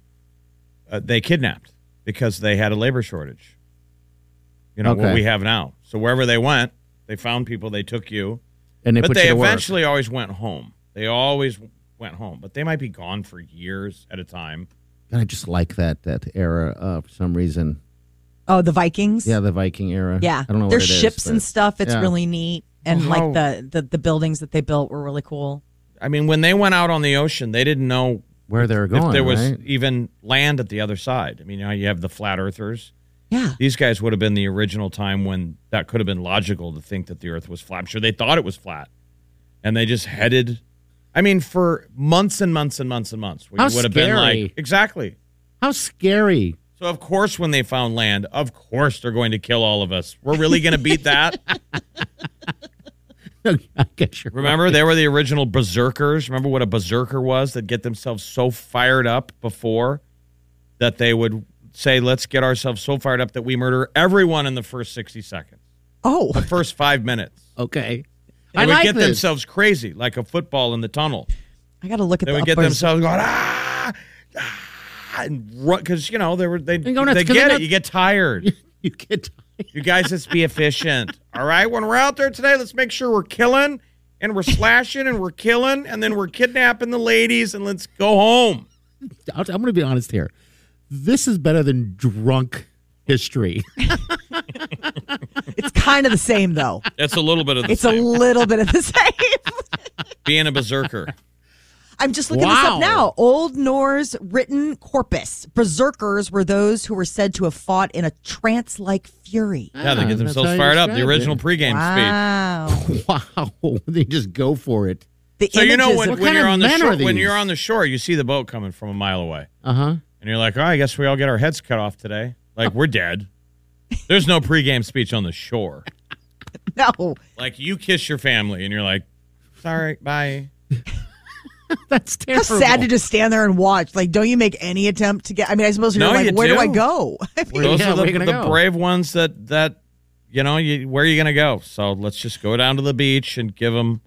Speaker 7: uh, they kidnapped because they had a labor shortage. You know what
Speaker 6: Okay.
Speaker 7: we have now. So wherever they went, they found people. They took you,
Speaker 6: And they
Speaker 7: but
Speaker 6: put
Speaker 7: they
Speaker 6: you to
Speaker 7: eventually always went home. They always went home, but they might be gone for years at a time.
Speaker 6: work. God, I just like that that era uh, for some reason.
Speaker 5: Oh, the Vikings?
Speaker 6: Yeah, the Viking era.
Speaker 5: Yeah,
Speaker 6: I don't know.
Speaker 5: There's
Speaker 6: what it is,
Speaker 5: ships and
Speaker 6: but-
Speaker 5: stuff. It's
Speaker 6: yeah.
Speaker 5: really neat, and
Speaker 7: Oh, Wow.
Speaker 5: like the, the the buildings that they built were really cool.
Speaker 7: I mean, when they went out on the ocean, they didn't know
Speaker 6: where they're going.
Speaker 7: if there was
Speaker 6: right?
Speaker 7: even land at the other side. I mean, you know, you have the flat earthers.
Speaker 5: Yeah,
Speaker 7: These guys would have been the original time when that could have been logical to think that the earth was flat. I'm sure they thought it was flat. And they just headed I mean, for months and months and months and months. We
Speaker 6: How
Speaker 7: would have been
Speaker 6: scary.
Speaker 7: like Exactly.
Speaker 6: How scary!
Speaker 7: So of course when they found land, of course they're going to kill all of us. We're really gonna beat that.
Speaker 6: I guess you're
Speaker 7: Remember, they were the original berserkers. Remember what a berserker was? They'd get themselves so fired up before that they would say, let's get ourselves so fired up that we murder everyone in the first 60 seconds,
Speaker 5: Oh,
Speaker 7: the first five minutes.
Speaker 6: Okay.
Speaker 7: They
Speaker 6: I
Speaker 7: would
Speaker 6: like
Speaker 7: get
Speaker 6: this.
Speaker 7: themselves crazy, like a football in the tunnel.
Speaker 5: I got to look at
Speaker 7: They
Speaker 5: the
Speaker 7: would get
Speaker 5: upper-
Speaker 7: themselves going, ah, ah, and run, because, you know, they were, they,
Speaker 6: You know, that's
Speaker 7: they
Speaker 6: 'cause they're
Speaker 7: get it.
Speaker 6: not-
Speaker 7: You get tired.
Speaker 6: You get
Speaker 7: You guys, let's be efficient. All right. When we're out there today, let's make sure we're killing and we're slashing and we're killing and then we're kidnapping the ladies and let's go home.
Speaker 6: I'll- I'm going to be honest here. This is better than drunk history.
Speaker 5: It's kind of the same though.
Speaker 7: That's a little bit of the
Speaker 5: It's a little bit of the same.
Speaker 7: being a
Speaker 6: Ah,
Speaker 7: berserker.
Speaker 5: I'm just looking this
Speaker 6: Wow.
Speaker 5: up now. Old Norse written corpus. Berserkers were those who were said to have fought in a trance-like fury.
Speaker 7: Yeah, they
Speaker 6: Ah,
Speaker 7: get
Speaker 6: that's how
Speaker 7: themselves
Speaker 6: you
Speaker 7: fired up. The
Speaker 6: described
Speaker 7: original
Speaker 6: it.
Speaker 7: pregame speech.
Speaker 5: Wow.
Speaker 6: Wow, they just go for it.
Speaker 5: The
Speaker 7: So you know
Speaker 5: images
Speaker 7: when,
Speaker 5: of-
Speaker 7: when
Speaker 6: kind
Speaker 7: you're
Speaker 6: of
Speaker 7: on the
Speaker 6: men
Speaker 7: shore,
Speaker 6: are
Speaker 7: when
Speaker 6: these?
Speaker 7: you're on the shore, you see the boat coming from a mile away,
Speaker 6: Uh huh.
Speaker 7: and you're like, "Oh, I guess we all get our heads cut off today. Like we're dead." There's no pregame speech on the shore.
Speaker 5: no.
Speaker 7: Like you kiss your family, and you're like, "Sorry, bye."
Speaker 6: That's
Speaker 5: How
Speaker 6: terrible.
Speaker 5: sad to just stand there and watch. Like, don't you make any attempt to get? I mean, I suppose you're
Speaker 7: No,
Speaker 5: like,
Speaker 7: you
Speaker 5: where do.
Speaker 7: do.
Speaker 5: I go?
Speaker 7: Those
Speaker 6: Yeah,
Speaker 7: are the,
Speaker 6: where you gonna
Speaker 7: the
Speaker 6: go?
Speaker 7: brave ones that that you know. You, where are you going to go? So let's just go down to the beach and give them.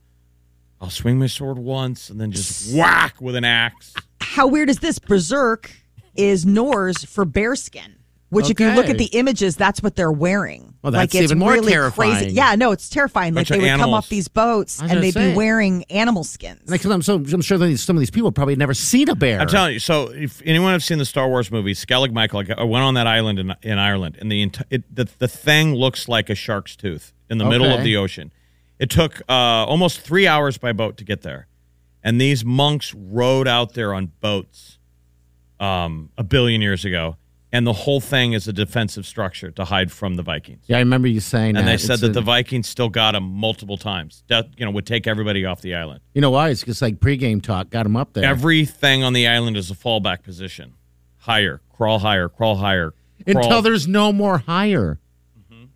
Speaker 7: I'll swing my sword once, and then just whack with an axe.
Speaker 5: How weird is this? Berserk is Norse for bearskin, which if you look
Speaker 6: Okay.
Speaker 5: at the images, that's what they're wearing.
Speaker 6: Well, that's
Speaker 5: like, it's
Speaker 6: even more
Speaker 5: really Crazy.
Speaker 6: terrifying.
Speaker 5: Yeah, no, it's terrifying. Like
Speaker 7: Bunch of
Speaker 5: they would come
Speaker 7: animals.
Speaker 5: off these boats
Speaker 6: I was
Speaker 5: and
Speaker 6: gonna
Speaker 5: they'd
Speaker 6: say.
Speaker 5: be wearing animal skins.
Speaker 6: Like, 'cause I'm so I'm sure that these- some of these people have probably never seen a bear.
Speaker 7: I'm telling you. So if anyone have seen the Star Wars movie, Skellig Michael, I went on that island in, in Ireland, and the, enti- it, the the thing looks like a shark's tooth in the middle of
Speaker 6: Okay.
Speaker 7: the ocean. It took uh, almost three hours by boat to get there, and these monks rowed out there on boats um, a billion years ago, and the whole thing is a defensive structure to hide from the Vikings.
Speaker 6: Yeah, I remember you saying
Speaker 7: And
Speaker 6: that.
Speaker 7: they said
Speaker 6: It's
Speaker 7: that
Speaker 6: a-
Speaker 7: the Vikings still got them multiple times. That you know would take everybody off the island.
Speaker 6: you know why? It's just like pregame talk got him up there.
Speaker 7: Everything on the island is a fallback position. Higher, crawl higher, crawl higher. Crawl.
Speaker 6: until there's no more higher.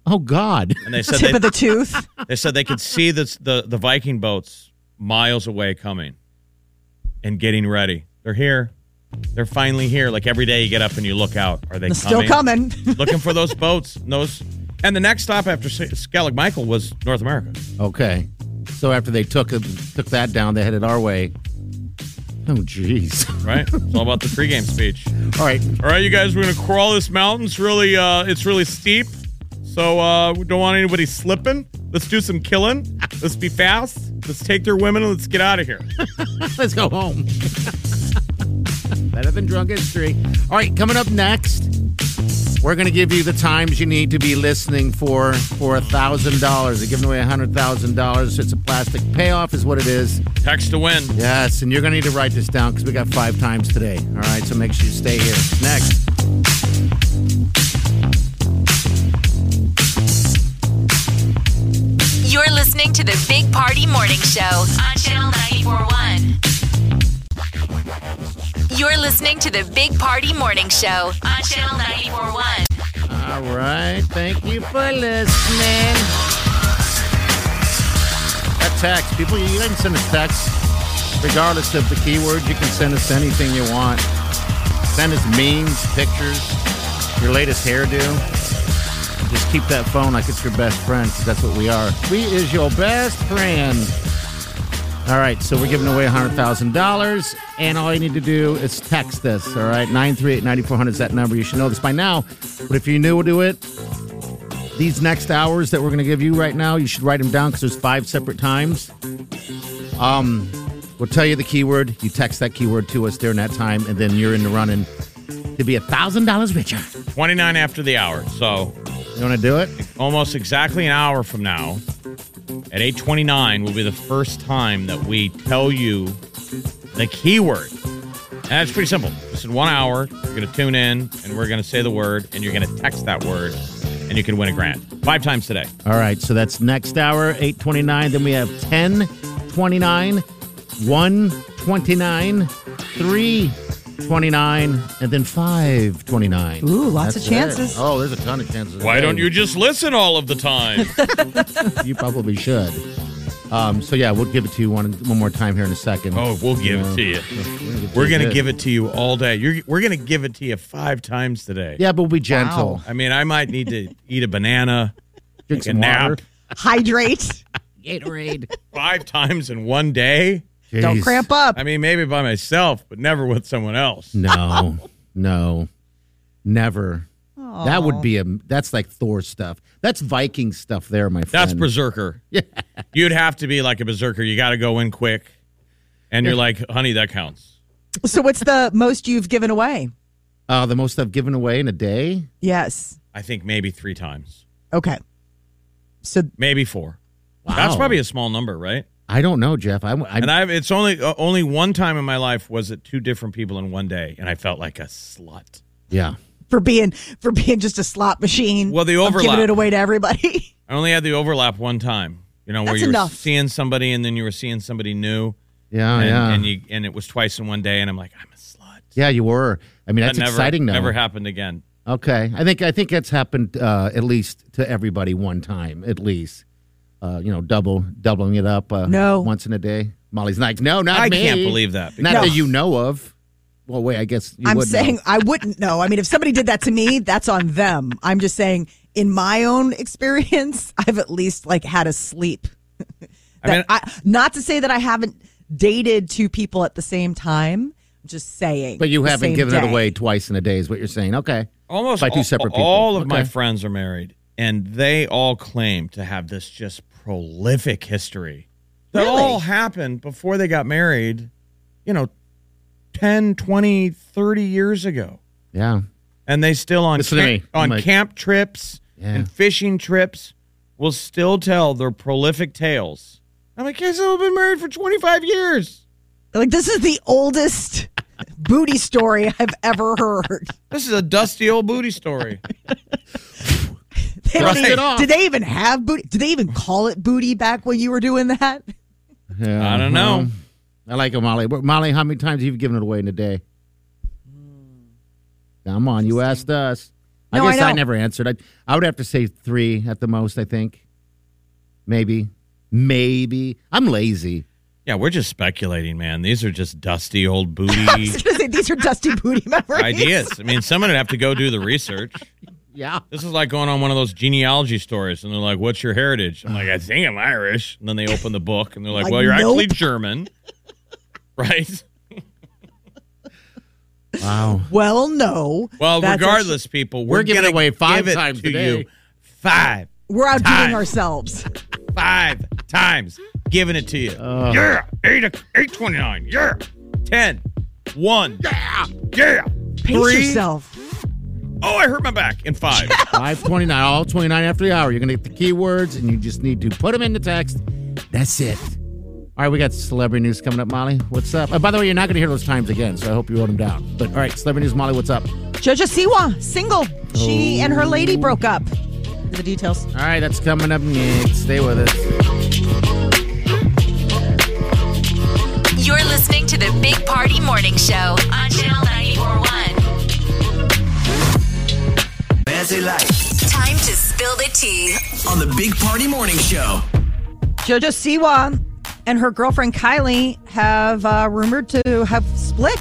Speaker 6: Oh God.
Speaker 7: and they said
Speaker 5: Tip
Speaker 7: they,
Speaker 5: of the tooth.
Speaker 7: they said they could see the, the the Viking boats miles away coming and getting ready. They're here. They're finally here. Like every day, you get up and you look out. Are they
Speaker 5: Still coming.
Speaker 7: looking for those boats. And those, and the next stop after Skellig Michael was North America.
Speaker 6: Okay. So after they took took that down, they headed our way. Oh jeez.
Speaker 7: Right? It's all about the pregame speech.
Speaker 6: All right.
Speaker 7: All right, you guys, we're gonna crawl this mountain. It's really, uh, it's really steep. So uh, we don't want anybody slipping. Let's do some killing. Let's be fast. Let's take their women and let's get out of here.
Speaker 6: Let's go home. Better than drunk history. All right, coming up next, we're going to give you the times you need to be listening for for a thousand dollars. They're giving away a hundred thousand dollars. It's a plastic payoff, is what it is.
Speaker 7: Text to win.
Speaker 6: Yes, and you're going to need to write this down because we got five times today. All right, so make sure you stay here. Next,
Speaker 4: You're listening to the Big Party Morning Show on Channel 941. You're listening to the Big Party Morning Show on Channel 941.
Speaker 6: all right. Thank you for listening. That text, people, you can send us texts regardless of the keyword. You can send us anything you want. Send us memes, pictures, your latest hairdo. Just keep that phone like it's your best friend 'cause that's what we are. We is your best friend. All right, so we're giving away $100,000, and all you need to do is text us, all right? 938 9400 is that number. You should know this by now, but if you're new to it, these next hours that we're going to give you right now, you should write them down because there's five separate times. Um, we'll tell you the keyword. You text that keyword to us during that time, and then you're in the running to be a thousand dollars richer.
Speaker 7: Twenty nine after the hour. So
Speaker 6: You want to do it?
Speaker 7: almost exactly an hour from now at 8.29 will be the first time that we tell you the keyword and it's pretty simple just in one hour you're going to tune in and we're going to say the word and you're going to text that word and you can win a grant five times today
Speaker 6: All right. So that's next hour, eight twenty nine. Then we have ten twenty nine, one twenty nine, three twenty nine, and then five twenty nine.
Speaker 5: Ooh, lots of chances.
Speaker 6: Oh, there's a ton of chances.
Speaker 7: why don't you
Speaker 6: Hey.
Speaker 7: just listen all of the time
Speaker 6: you probably should. Um, so yeah, we'll give it to you one one more time here in a second.
Speaker 7: oh we'll give it to you we're going to give it to you all day You're, we're going to give it to you five times today
Speaker 6: Yeah, but we'll be gentle.
Speaker 7: i mean i might need to eat a banana
Speaker 6: Drink
Speaker 7: take a nap
Speaker 5: Hydrate.
Speaker 6: Gatorade.
Speaker 7: five times in one day
Speaker 5: Don't
Speaker 6: Jeez.
Speaker 5: cramp up.
Speaker 7: I mean, maybe by myself, but never with someone else.
Speaker 6: No, no, never. That would be a. That's like Thor stuff. That's Viking stuff. There, my friend.
Speaker 7: That's berserker. Yeah. You'd have to be like a berserker. You got to go in quick. And you're like, honey, that counts.
Speaker 5: So what's the most you've given away?
Speaker 6: uh, the most I've given away in a day.
Speaker 5: Yes.
Speaker 7: I think maybe three times,
Speaker 5: Okay. So
Speaker 7: maybe four.
Speaker 6: Wow.
Speaker 7: That's probably a small number, right?
Speaker 6: I don't know, Jeff. I, I
Speaker 7: And I've it's only uh, only one time in my life was it two different people in one day, and I felt like a slut.
Speaker 6: yeah.
Speaker 5: for being for being just a slot machine.
Speaker 7: Well, the
Speaker 5: of
Speaker 7: overlap.
Speaker 5: giving it away to everybody.
Speaker 7: I only had the overlap one time, you know, where
Speaker 5: That's
Speaker 7: you
Speaker 5: enough.
Speaker 7: were seeing somebody and then you were seeing somebody new,
Speaker 6: Yeah,
Speaker 7: and,
Speaker 6: Oh, yeah,
Speaker 7: and you and it was twice in one day, and I'm like, I'm a slut.
Speaker 6: yeah. You were. I mean, that's
Speaker 7: that never,
Speaker 6: exciting, though.
Speaker 7: Never happened again.
Speaker 6: Okay, I think I think that's happened uh, at least to everybody one time, at least. Uh, you know, double doubling it up. Uh,
Speaker 5: No.
Speaker 6: once in a day. Molly's like, no, not
Speaker 7: I
Speaker 6: me.
Speaker 7: can't believe that.
Speaker 6: Not
Speaker 5: No.
Speaker 6: that you know of. Well, wait, I guess you
Speaker 5: I'm
Speaker 6: would know.
Speaker 5: saying I wouldn't know. I mean, if somebody did that to me, that's on them. I'm just saying, in my own experience, I've at least like had a sleep.
Speaker 7: I mean,
Speaker 5: That I, not to say that I haven't dated two people at the same time. Just saying.
Speaker 6: but you
Speaker 5: the
Speaker 6: haven't
Speaker 5: same
Speaker 6: given it
Speaker 5: day.
Speaker 6: away twice in a day, is what you're saying. Okay,
Speaker 7: almost
Speaker 6: by two
Speaker 7: all,
Speaker 6: separate people.
Speaker 7: all of my
Speaker 6: Okay.
Speaker 7: friends are married, and they all claim to have this just prolific history that
Speaker 5: Really?
Speaker 7: all happened before they got married, you know, 10, 20, 30 years ago.
Speaker 6: yeah,
Speaker 7: And they still on,
Speaker 6: Listen to me.
Speaker 7: camp, on
Speaker 6: I'm like-
Speaker 7: camp trips
Speaker 6: Yeah.
Speaker 7: and fishing trips will still tell their prolific tales. I'm like, guys, I've been married for 25 years.
Speaker 5: Like this is the oldest booty story I've ever heard.
Speaker 7: This is a dusty old booty story.
Speaker 5: They don't
Speaker 7: Right.
Speaker 5: even-
Speaker 7: It off.
Speaker 5: Did they even have booty? Did they even call it booty back when you were doing that?
Speaker 6: Yeah,
Speaker 7: I don't know.
Speaker 6: well, I like it, Molly. But Molly, how many times have you given it away in a day? Come on, you asked us. I
Speaker 5: Hmm. No, I
Speaker 6: guess I,
Speaker 5: know.
Speaker 6: never answered. I I would have to say three at the most. I think, maybe, maybe. I'm lazy.
Speaker 7: Yeah, we're just speculating, man. These are just dusty old
Speaker 5: I
Speaker 7: booty
Speaker 5: was gonna say, these are dusty booty memories.
Speaker 7: ideas. I mean, someone would have to go do the research.
Speaker 6: Yeah.
Speaker 7: This is like going on one of those genealogy stories, and they're like, "What's your heritage?" I'm like, "I think I'm Irish." And then they open the book, and they're like,
Speaker 5: Like,
Speaker 7: "Well, you're actually
Speaker 5: nope.
Speaker 7: German, right?"
Speaker 6: Wow.
Speaker 5: Well, no.
Speaker 7: Well,
Speaker 5: That's
Speaker 7: regardless, people, we're,
Speaker 6: We're giving
Speaker 7: gonna
Speaker 6: away five
Speaker 7: give it
Speaker 6: times
Speaker 7: to
Speaker 6: today.
Speaker 7: you. Five,
Speaker 5: actually- we're outdoing
Speaker 7: Time.
Speaker 5: ourselves.
Speaker 7: five times, giving it to you. yeah, eight, eight twenty nine. Yeah, ten, one. Yeah, yeah.
Speaker 5: Pace
Speaker 7: Three.
Speaker 5: yourself.
Speaker 7: Oh, I hurt my back. And five.
Speaker 6: Five twenty nine. All twenty nine after the hour. You're gonna get the keywords, and you just need to put them in the text. That's it. All right, we got celebrity news coming up, Molly. What's up? Oh, by the way, you're not going to hear those times again, so I hope you wrote them down. But all right, celebrity news, Molly. What's up?
Speaker 5: Jojo Siwa, single. She and her lady broke up. The details.
Speaker 6: All right, that's coming up next. Stay with us.
Speaker 4: You're listening to the Big Party Morning Show on Channel 941.
Speaker 3: Fancy life
Speaker 4: Time to spill the tea.
Speaker 3: on the Big Party Morning Show.
Speaker 5: Jojo Siwa and her girlfriend Kylie have uh, rumored to have split.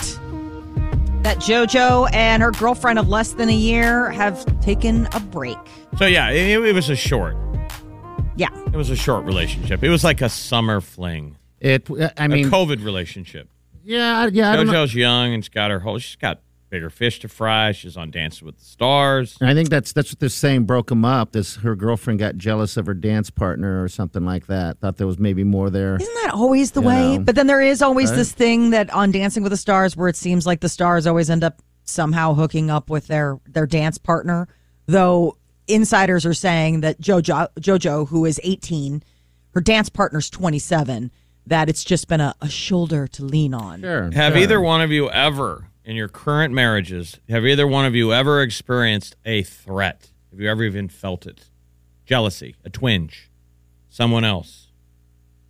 Speaker 5: That Jojo and her girlfriend of less than a year have taken a break.
Speaker 7: so yeah, it, it was a short.
Speaker 5: Yeah.
Speaker 7: It was a short relationship. It was like a summer fling,
Speaker 6: It. uh, I mean,
Speaker 7: a COVID relationship.
Speaker 6: yeah, I- yeah. I don't know.
Speaker 7: JoJo's young and she's got her whole. She's got bigger fish to fry. She's on Dancing with the Stars.
Speaker 6: And I think that's that's what they're saying. Broke them up. This her girlfriend got jealous of her dance partner or something like that. Thought there was maybe more there.
Speaker 5: Isn't that always the way?
Speaker 6: know.
Speaker 5: But then there is always this thing that on Dancing with the Stars where it seems like the stars always end up somehow hooking up with their their dance partner. Though insiders are saying that Jojo Jojo, who is eighteen, her dance partner's twenty seven, that it's just been a, a shoulder to lean on.
Speaker 6: Sure.
Speaker 7: Have
Speaker 6: sure.
Speaker 7: either one of you ever, in your current marriages, have either one of you ever experienced a threat? Have you ever even felt it? Jealousy, a twinge, someone else,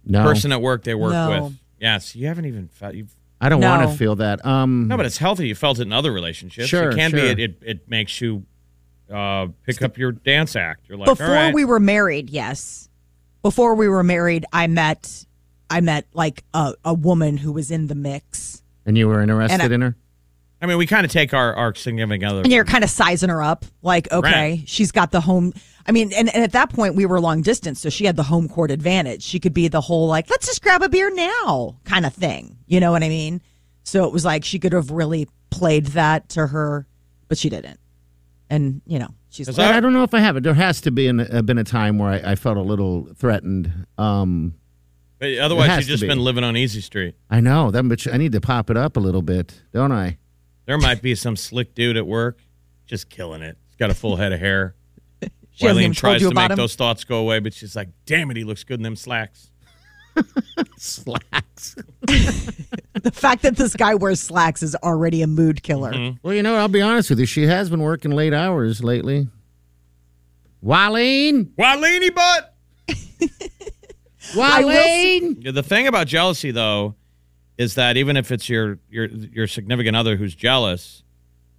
Speaker 6: no.
Speaker 7: person at work they work
Speaker 5: No.
Speaker 7: with. Yes, you haven't even felt. You've,
Speaker 6: I don't
Speaker 5: No.
Speaker 6: want to feel that. Um.
Speaker 7: no, but it's healthy. You felt it in other relationships.
Speaker 6: Sure,
Speaker 7: it can be.
Speaker 6: sure.
Speaker 7: It, it it makes you uh, pick up your dance act. You're like,
Speaker 5: Before
Speaker 7: all right.
Speaker 5: we were married, yes. Before we were married, I met I met like a, a woman who was in the mix.
Speaker 6: and you were interested
Speaker 5: And I-
Speaker 6: in her.
Speaker 7: I mean, we kind of take our our significant other.
Speaker 5: and you're kind of sizing her up like okay
Speaker 7: Right.
Speaker 5: she's got the home i mean and, and at that point we were long distance so she had the home court advantage she could be the whole like let's just grab a beer now kind of thing you know what i mean so it was like she could have really played that to her but she didn't and you know she's
Speaker 7: Is
Speaker 5: like,
Speaker 6: I, I don't know if I have it. There has to be an, uh, been a time where I, I felt a little threatened. Um.
Speaker 7: But otherwise,
Speaker 6: has
Speaker 7: you've
Speaker 6: to
Speaker 7: just
Speaker 6: be.
Speaker 7: been living on Easy Street.
Speaker 6: I know that, but I need to pop it up a little bit, don't I?
Speaker 7: There might be some slick dude at work just killing it. He's got a full head of hair.
Speaker 5: she hasn't
Speaker 7: Wileen
Speaker 5: even told
Speaker 7: tries
Speaker 5: you
Speaker 7: to make
Speaker 5: about him
Speaker 7: those thoughts go away, but she's like, damn it, he looks good in them slacks.
Speaker 6: Slacks.
Speaker 5: the fact that this guy wears slacks is already a mood killer
Speaker 7: Mm-hmm.
Speaker 6: Well, you know, I'll be honest with you. She has been working late hours lately. Wileen,
Speaker 7: Wileeny butt!
Speaker 5: will
Speaker 6: Wileen.
Speaker 7: The thing about jealousy, though, is that even if it's your, your, your significant other who's jealous,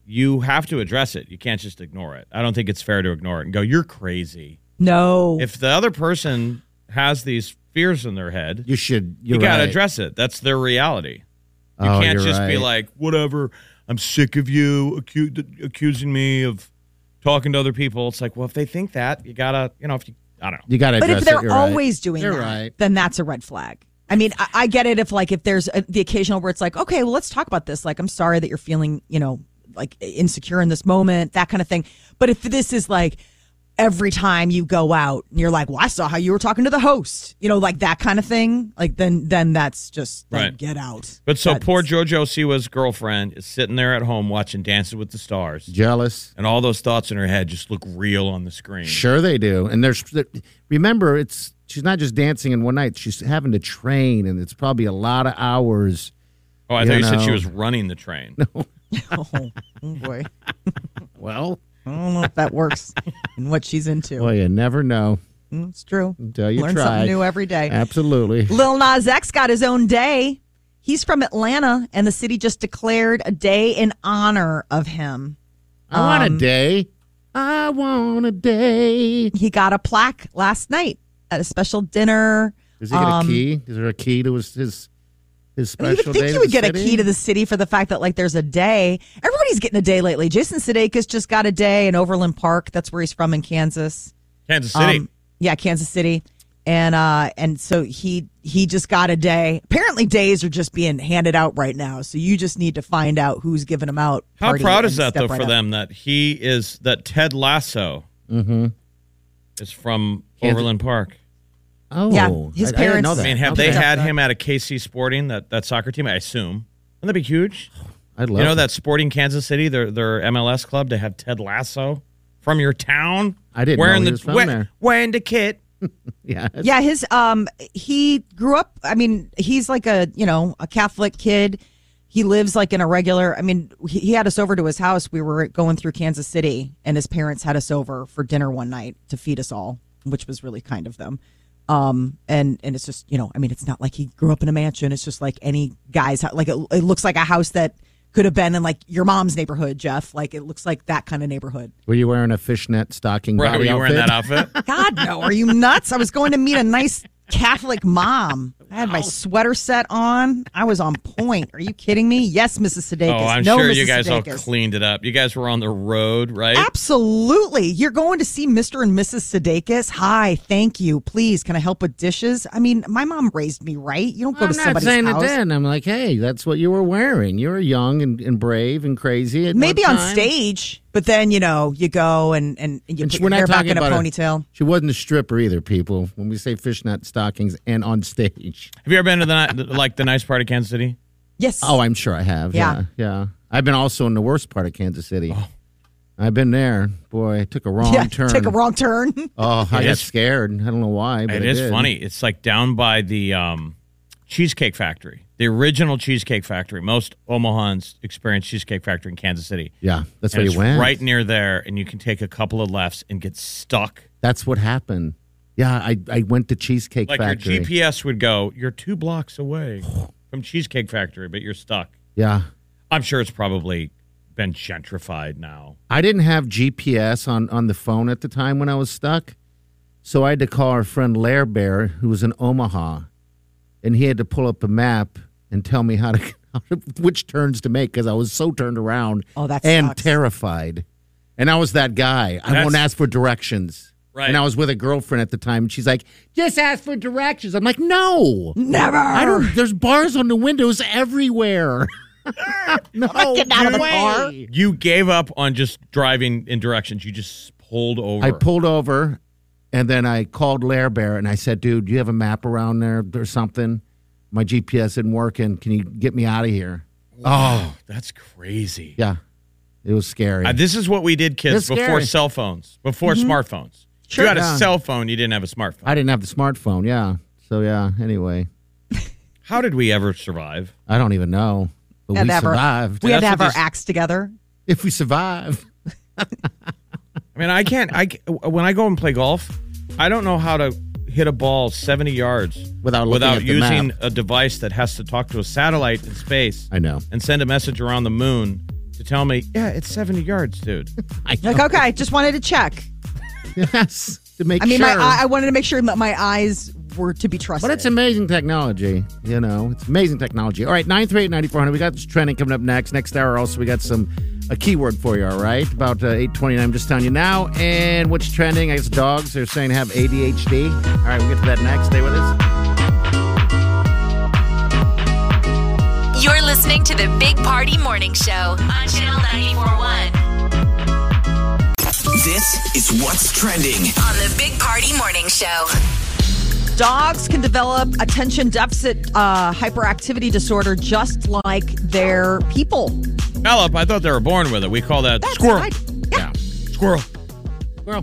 Speaker 7: you have to address it. You can't just ignore it. I don't think it's fair to ignore it and go, you're crazy.
Speaker 5: no
Speaker 7: If the other person has these fears in their head,
Speaker 6: You should.
Speaker 7: you
Speaker 6: You're
Speaker 7: got to
Speaker 6: right.
Speaker 7: address it. That's their reality. You
Speaker 6: Oh,
Speaker 7: can't
Speaker 6: you're
Speaker 7: just be
Speaker 6: right.
Speaker 7: like, whatever, I'm sick of you acu- accusing me of talking to other people. It's like, well, if they think that, you got to, you know, if you, I don't know.
Speaker 6: You got to
Speaker 5: But
Speaker 6: address
Speaker 5: if
Speaker 6: it.
Speaker 5: they're
Speaker 6: You're right.
Speaker 5: always doing
Speaker 6: You're
Speaker 5: that,
Speaker 6: right.
Speaker 5: then that's a red flag. I mean, I, I get it if like if there's a, the occasional where it's like, okay, well, let's talk about this. Like, I'm sorry that you're feeling, you know, like insecure in this moment, that kind of thing. But if this is like every time you go out and you're like, well, I saw how you were talking to the host, you know, like that kind of thing, like then then that's just like,
Speaker 7: Right.
Speaker 5: get out.
Speaker 7: But so
Speaker 5: That's-
Speaker 7: poor JoJo Siwa's girlfriend is sitting there at home watching Dancing with the Stars,
Speaker 6: jealous.
Speaker 7: and all those thoughts in her head just look real on the screen.
Speaker 6: Sure, they do. And there's remember, it's she's not just dancing in one night. She's having to train, and it's probably a lot of hours.
Speaker 7: Oh, I
Speaker 6: You
Speaker 7: thought you said she
Speaker 6: know.
Speaker 7: was running the train.
Speaker 5: Oh, oh, boy,
Speaker 6: Well,
Speaker 5: I don't know if that works and what she's into.
Speaker 6: well, you never know
Speaker 5: Mm, It's true.
Speaker 6: until you
Speaker 5: Learn
Speaker 6: try.
Speaker 5: something new every day.
Speaker 6: Absolutely.
Speaker 5: Lil Nas X got his own day. He's from Atlanta, and the city just declared a day in honor of him.
Speaker 6: I want a day. I want a day.
Speaker 5: He got a plaque last night at a special dinner.
Speaker 6: Does he get
Speaker 5: Um,
Speaker 6: a key? Is there a key to his his, his
Speaker 5: I mean,
Speaker 6: special
Speaker 5: you would think
Speaker 6: day
Speaker 5: you
Speaker 6: to
Speaker 5: would
Speaker 6: the
Speaker 5: get a
Speaker 6: city?
Speaker 5: key to the city for the fact that like there's a day. Everybody's getting a day lately. Jason Sudeikis just got a day in Overland Park. That's where he's from in Kansas.
Speaker 7: Kansas City.
Speaker 5: Um, yeah, Kansas City. And uh and so he he just got a day. Apparently days are just being handed out right now. So you just need to find out who's giving them out.
Speaker 7: How
Speaker 5: Party
Speaker 7: proud is
Speaker 5: and
Speaker 7: that
Speaker 5: step
Speaker 7: though
Speaker 5: right
Speaker 7: for
Speaker 5: up.
Speaker 7: them that he is that Ted Lasso is from
Speaker 6: Kansas-
Speaker 7: Overland Park.
Speaker 6: Oh,
Speaker 5: Yeah,
Speaker 6: I-
Speaker 5: his
Speaker 6: I didn't know
Speaker 5: parents-
Speaker 6: that.
Speaker 7: I mean, have
Speaker 6: Okay.
Speaker 7: they had him at a KC Sporting that that soccer team? I assume. Wouldn't that be huge?
Speaker 6: I'd love
Speaker 7: You know
Speaker 6: that.
Speaker 7: that Sporting Kansas City, their their MLS club, to have Ted Lasso from your town.
Speaker 6: I didn't
Speaker 7: wearing
Speaker 6: know he
Speaker 7: the
Speaker 6: was from
Speaker 7: we-
Speaker 6: there.
Speaker 7: wearing the kit.
Speaker 6: Yeah.
Speaker 5: Yeah, his um he grew up I mean, he's like a, you know, a Catholic kid. He lives like in a regular I mean, he, he had us over to his house. We were going through Kansas City and his parents had us over for dinner one night to feed us all, which was really kind of them. Um and and it's just, you know, I mean, it's not like he grew up in a mansion. It's just like any guy's hou- like it, it looks like a house that could have been in like your mom's neighborhood, Jeff. Like it looks like that kind of neighborhood.
Speaker 6: Were you wearing a fishnet stocking?
Speaker 7: Right,
Speaker 6: body
Speaker 7: were you wearing that
Speaker 6: outfit?
Speaker 7: outfit?
Speaker 5: God, no. Are you nuts? I was going to meet a nice Catholic mom. I had my sweater set on. I was on point. Are you kidding me? Yes, Mrs. Sudeikis.
Speaker 7: oh, I'm
Speaker 5: no,
Speaker 7: sure
Speaker 5: Mrs.
Speaker 7: you guys all
Speaker 5: Sudeikis.
Speaker 7: cleaned it up. You guys were on the road, right?
Speaker 5: Absolutely. You're going to see Mr. and Mrs. Sudeikis. Hi, thank you. Please, can I help with dishes? I mean, my mom raised me right. You don't go
Speaker 6: I'm
Speaker 5: to
Speaker 6: not
Speaker 5: somebody's
Speaker 6: saying
Speaker 5: house.
Speaker 6: it did. I'm like, hey, that's what you were wearing. You were young and, and brave and crazy. at
Speaker 5: Maybe
Speaker 6: one
Speaker 5: on
Speaker 6: time.
Speaker 5: stage, but then you know you go and and, and you
Speaker 6: And
Speaker 5: put
Speaker 6: she-
Speaker 5: your
Speaker 6: we're
Speaker 5: hair
Speaker 6: not
Speaker 5: back
Speaker 6: talking
Speaker 5: in a
Speaker 6: about
Speaker 5: ponytail.
Speaker 6: She wasn't a stripper either, people. When we say fishnet stockings and on stage.
Speaker 7: Have you ever been to the ni- like the nice part of Kansas City?
Speaker 5: Yes.
Speaker 6: Oh, I'm sure I have.
Speaker 5: Yeah.
Speaker 6: Yeah. yeah. I've been also in the worst part of Kansas City. I've been there. Boy, I took a wrong
Speaker 5: yeah.
Speaker 6: turn.
Speaker 5: Take a wrong turn.
Speaker 6: Oh, I got
Speaker 7: It is-
Speaker 6: scared. I don't know why, but
Speaker 7: it is
Speaker 6: did.
Speaker 7: funny. It's like down by the um, Cheesecake Factory, the original Cheesecake Factory. Most Omahans experience Cheesecake Factory in Kansas City.
Speaker 6: Yeah, that's
Speaker 7: And
Speaker 6: where
Speaker 7: it's
Speaker 6: you went.
Speaker 7: right near there, and you can take a couple of lefts and get stuck.
Speaker 6: That's what happened. Yeah, I, I went to Cheesecake
Speaker 7: Like
Speaker 6: Factory.
Speaker 7: your GPS would go, you're two blocks away from Cheesecake Factory, but you're stuck.
Speaker 6: yeah.
Speaker 7: I'm sure it's probably been gentrified now.
Speaker 6: I didn't have GPS on, on the phone at the time when I was stuck. So I had to call our friend Lair Bear, who was in Omaha, and he had to pull up a map and tell me how to, how to which turns to make because I was so turned around
Speaker 5: Oh, that
Speaker 6: and
Speaker 5: sucks.
Speaker 6: terrified. And I was that guy. I
Speaker 7: That's-
Speaker 6: won't ask for directions.
Speaker 7: Right.
Speaker 6: And I was with a girlfriend at the time, and she's like, just ask for directions. I'm like, no.
Speaker 5: Never.
Speaker 6: I don't. There's bars on the windows everywhere. no
Speaker 5: out of the
Speaker 6: way.
Speaker 5: car.
Speaker 7: You gave up on just driving in directions. You just pulled over.
Speaker 6: I pulled over, and then I called Lair Bear and I said, "Dude, do you have a map around there or something? My GPS isn't working. Can you get me out of here?"
Speaker 7: Oh, that's crazy.
Speaker 6: Yeah, it was scary.
Speaker 7: Uh, this is what we did, kids,
Speaker 6: It's scary. Mm-hmm.
Speaker 7: before cell phones, before smartphones. If you had a
Speaker 6: Yeah.
Speaker 7: cell phone, you didn't have a smartphone.
Speaker 6: I didn't have the smartphone. Yeah. So yeah. Anyway,
Speaker 7: How did we ever survive?
Speaker 6: I don't even know, but
Speaker 5: And
Speaker 6: we
Speaker 5: ever.
Speaker 6: survived.
Speaker 5: We had to
Speaker 7: That's
Speaker 5: have
Speaker 7: what
Speaker 5: our
Speaker 7: this-
Speaker 5: acts together.
Speaker 6: if we survive,
Speaker 7: I mean, I can't. I ca- when I go and play golf, I don't know how to hit a ball seventy yards
Speaker 6: Without looking
Speaker 7: without
Speaker 6: at the
Speaker 7: using
Speaker 6: map.
Speaker 7: a device that has to talk to a satellite in space
Speaker 6: I know.
Speaker 7: and send a message around the moon to tell me, yeah, it's seventy yards, dude.
Speaker 6: I
Speaker 5: Like,
Speaker 6: know.
Speaker 5: okay, just wanted to check.
Speaker 6: yes to make
Speaker 5: I mean, my,
Speaker 6: sure.
Speaker 5: I, I wanted to make sure that my eyes were to be trusted.
Speaker 6: But it's amazing technology, you know. It's amazing technology. All right, 938 9400. We got this trending coming up next. Next hour, also, we got some a keyword for you, all right? About uh, 829, I'm just telling you now. And what's trending? I guess dogs, they're saying have ADHD. All right, we'll get to that next. Stay with us.
Speaker 4: You're listening to the Big Party Morning Show on Channel 941
Speaker 3: This is what's trending.
Speaker 4: on the Big Party Morning Show.
Speaker 5: Dogs can develop attention deficit uh, hyperactivity disorder just like their people.
Speaker 7: Phillip, I thought they were born with it. We call that
Speaker 5: That's
Speaker 7: squirrel.
Speaker 5: I,
Speaker 6: Yeah.
Speaker 7: Squirrel.
Speaker 6: Girl.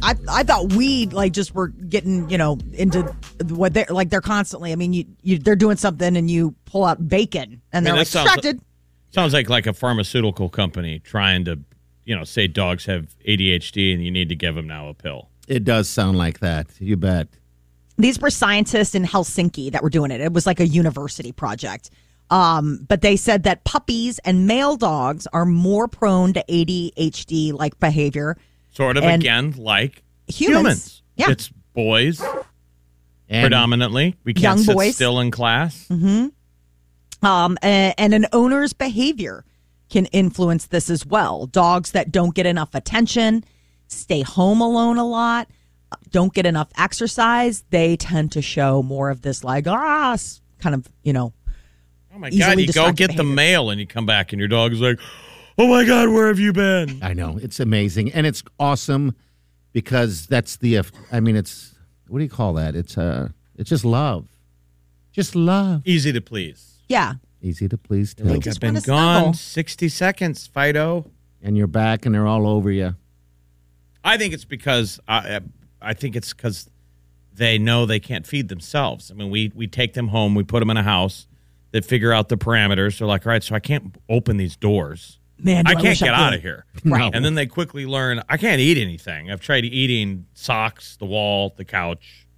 Speaker 5: I, I thought we like just were getting you know into what they're like. They're constantly. I mean, you, you they're doing something and you pull out bacon and
Speaker 7: I
Speaker 5: they're
Speaker 7: mean,
Speaker 5: like
Speaker 7: that sounds-
Speaker 5: distracted.
Speaker 7: Sounds like like a pharmaceutical company trying to, you know, say dogs have ADHD and you need to give them now a pill.
Speaker 6: It does sound like that. You bet.
Speaker 5: these were scientists in Helsinki that were doing it. It was like a university project. Um, but they said that puppies and male dogs are more prone to ADHD like behavior.
Speaker 7: Sort of
Speaker 5: And-
Speaker 7: again like
Speaker 5: Humans. Yeah.
Speaker 7: It's boys
Speaker 6: And
Speaker 7: predominantly. We can't
Speaker 5: Young
Speaker 7: sit
Speaker 5: boys. Mm-hmm.
Speaker 7: still in class.
Speaker 5: Um, and, and an owner's behavior can influence this as well. Dogs that don't get enough attention, stay home alone a lot, don't get enough exercise, they tend to show more of this, like, ah, s- kind of, you know,
Speaker 7: Oh my
Speaker 5: Easily
Speaker 7: god! You go
Speaker 5: distracted
Speaker 7: get the
Speaker 5: behavior.
Speaker 7: mail and you come back and your dog is like, "Oh my god, where have you been?"
Speaker 6: I know it's amazing and it's awesome because that's the. eff- I mean, it's what do you call that? It's uh, it's just love, just love.
Speaker 7: Easy to please.
Speaker 5: yeah.
Speaker 6: Easy to please too.
Speaker 7: Like I've
Speaker 5: wanna
Speaker 7: been gone
Speaker 5: snuggle.
Speaker 7: sixty seconds, Fido.
Speaker 6: and you're back, and they're all over you.
Speaker 7: I think it's because I, I think it's because they know they can't feed themselves. I mean, we we take them home, we put them in a house that figure out the parameters. They're like, all right, so I can't open these doors.
Speaker 5: Man, do
Speaker 7: I
Speaker 5: I
Speaker 7: can't
Speaker 5: wish I
Speaker 7: get out
Speaker 5: could."
Speaker 7: of here.
Speaker 6: Right.
Speaker 7: And then they quickly learn I can't eat anything. I've tried eating socks, the wall, the couch.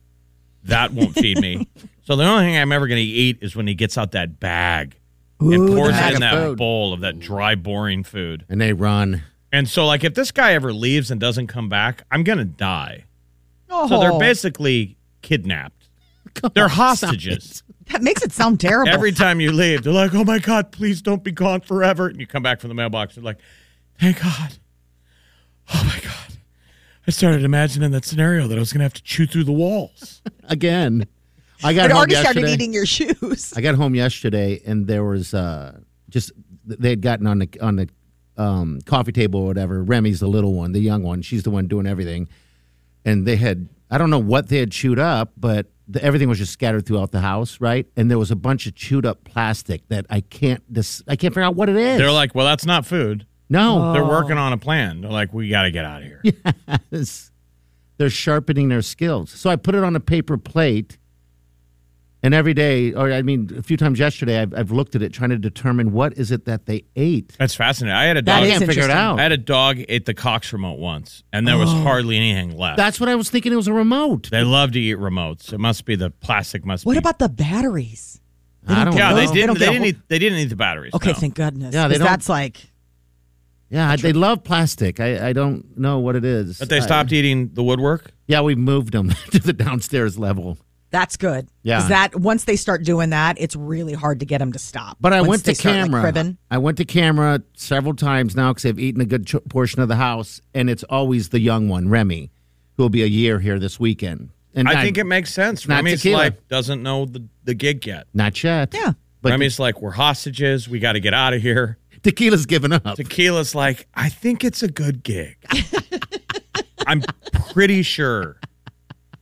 Speaker 7: That won't feed me. So the only thing I'm ever going to eat is when he gets out that bag and pours
Speaker 6: bag
Speaker 7: it in
Speaker 6: of
Speaker 7: that
Speaker 6: food.
Speaker 7: bowl of that dry, boring food.
Speaker 6: And they run.
Speaker 7: And so, like, if this guy ever leaves and doesn't come back, I'm going to die. So they're
Speaker 5: Oh,
Speaker 7: basically kidnapped. They're hostages.
Speaker 5: that makes it sound terrible.
Speaker 7: Every time you leave, they're like, oh my God, please don't be gone forever. And you come back from the mailbox, they're like, thank God. Oh my God. I started imagining that scenario that I was going to have to chew through the walls.
Speaker 6: again. I got
Speaker 5: I'd
Speaker 6: home
Speaker 5: already
Speaker 6: yesterday.
Speaker 5: started eating your shoes.
Speaker 6: I got home yesterday, and there was uh, just they had gotten on the on the um, coffee table or whatever. Remy's the little one, the young one. She's the one doing everything, and they had I don't know what they had chewed up, but the, everything was just scattered throughout the house, right? And there was a bunch of chewed up plastic that I can't this I can't figure out what it is.
Speaker 7: They're like, well, that's not food.
Speaker 6: no,
Speaker 5: Oh.
Speaker 7: They're working on a plan. They're like, we got to get out of here.
Speaker 6: It's- they're sharpening their skills. So I put it on a paper plate, and every day, or I mean, a few times yesterday, I've, I've looked at it trying to determine what is it that they ate.
Speaker 7: That's fascinating. I had a
Speaker 6: I
Speaker 7: dog.
Speaker 5: is
Speaker 6: can't figure it
Speaker 5: interesting.
Speaker 6: out.
Speaker 7: I had a dog ate the Cox remote once, and there was
Speaker 5: Oh.
Speaker 7: hardly anything left.
Speaker 6: That's what I was thinking. It was a remote.
Speaker 7: They love to eat remotes. It must be the plastic. Must
Speaker 5: What
Speaker 7: be.
Speaker 5: about the batteries?
Speaker 6: I don't
Speaker 7: Yeah,
Speaker 6: know.
Speaker 7: they
Speaker 5: They
Speaker 7: didn't.
Speaker 5: don't
Speaker 7: They,
Speaker 5: get a
Speaker 7: didn't.
Speaker 5: whole-
Speaker 7: Need, they didn't need the batteries.
Speaker 5: Okay,
Speaker 7: no.
Speaker 5: thank goodness.
Speaker 6: Yeah, they
Speaker 5: 'cause
Speaker 6: don't-
Speaker 5: that's like
Speaker 6: yeah, I- they love plastic. I, I don't know what it is.
Speaker 7: But they stopped eating the woodwork.
Speaker 6: yeah, we've moved them to the downstairs level.
Speaker 5: that's good.
Speaker 6: Yeah.
Speaker 5: 'Cause that once they start doing that, it's really hard to get them to stop.
Speaker 6: But I
Speaker 5: Once
Speaker 6: went
Speaker 5: they
Speaker 6: to
Speaker 5: start, like,
Speaker 6: camera.
Speaker 5: cribbing.
Speaker 6: I went to camera several times now because they've eaten a good ch- portion of the house, and it's always the young one, Remy, who will be a year here this weekend. And
Speaker 7: I think it makes sense.
Speaker 6: not
Speaker 7: Remy's
Speaker 6: tequila.
Speaker 7: like doesn't know the, the gig yet.
Speaker 6: not yet.
Speaker 5: Yeah.
Speaker 6: but
Speaker 7: Remy's like, we're hostages. We got to get out of here.
Speaker 6: tequila's given up.
Speaker 7: Tequila's like, I think it's a good gig. I'm pretty sure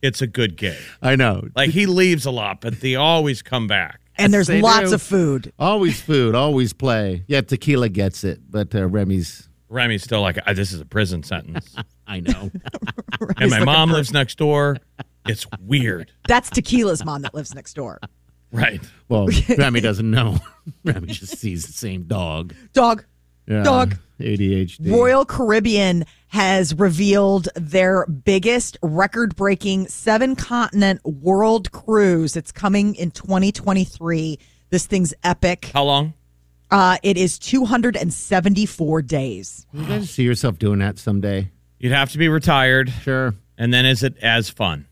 Speaker 7: it's a good gig.
Speaker 6: I know.
Speaker 7: Like he leaves a lot, but they always come back.
Speaker 5: and there's
Speaker 6: They
Speaker 5: lots
Speaker 6: do.
Speaker 5: of food.
Speaker 6: Always food, always play. Yeah, tequila gets it, but uh, Remy's.
Speaker 7: Remy's still like, "Ah, this is a prison sentence.
Speaker 6: I know.
Speaker 7: and my mom lives next door. It's weird.
Speaker 5: That's Tequila's mom that lives next door.
Speaker 7: Right.
Speaker 6: well, Remy doesn't know. Remy just sees the same dog.
Speaker 5: Dog.
Speaker 6: Yeah,
Speaker 5: Dog.
Speaker 6: ADHD.
Speaker 5: Royal Caribbean has revealed their biggest record breaking seven continent world cruise. It's coming in 2023. This thing's epic.
Speaker 7: How long?
Speaker 5: Uh, it is 274 days.
Speaker 6: You guys see yourself doing that someday?
Speaker 7: You'd have to be retired.
Speaker 6: Sure.
Speaker 7: And then is it as fun?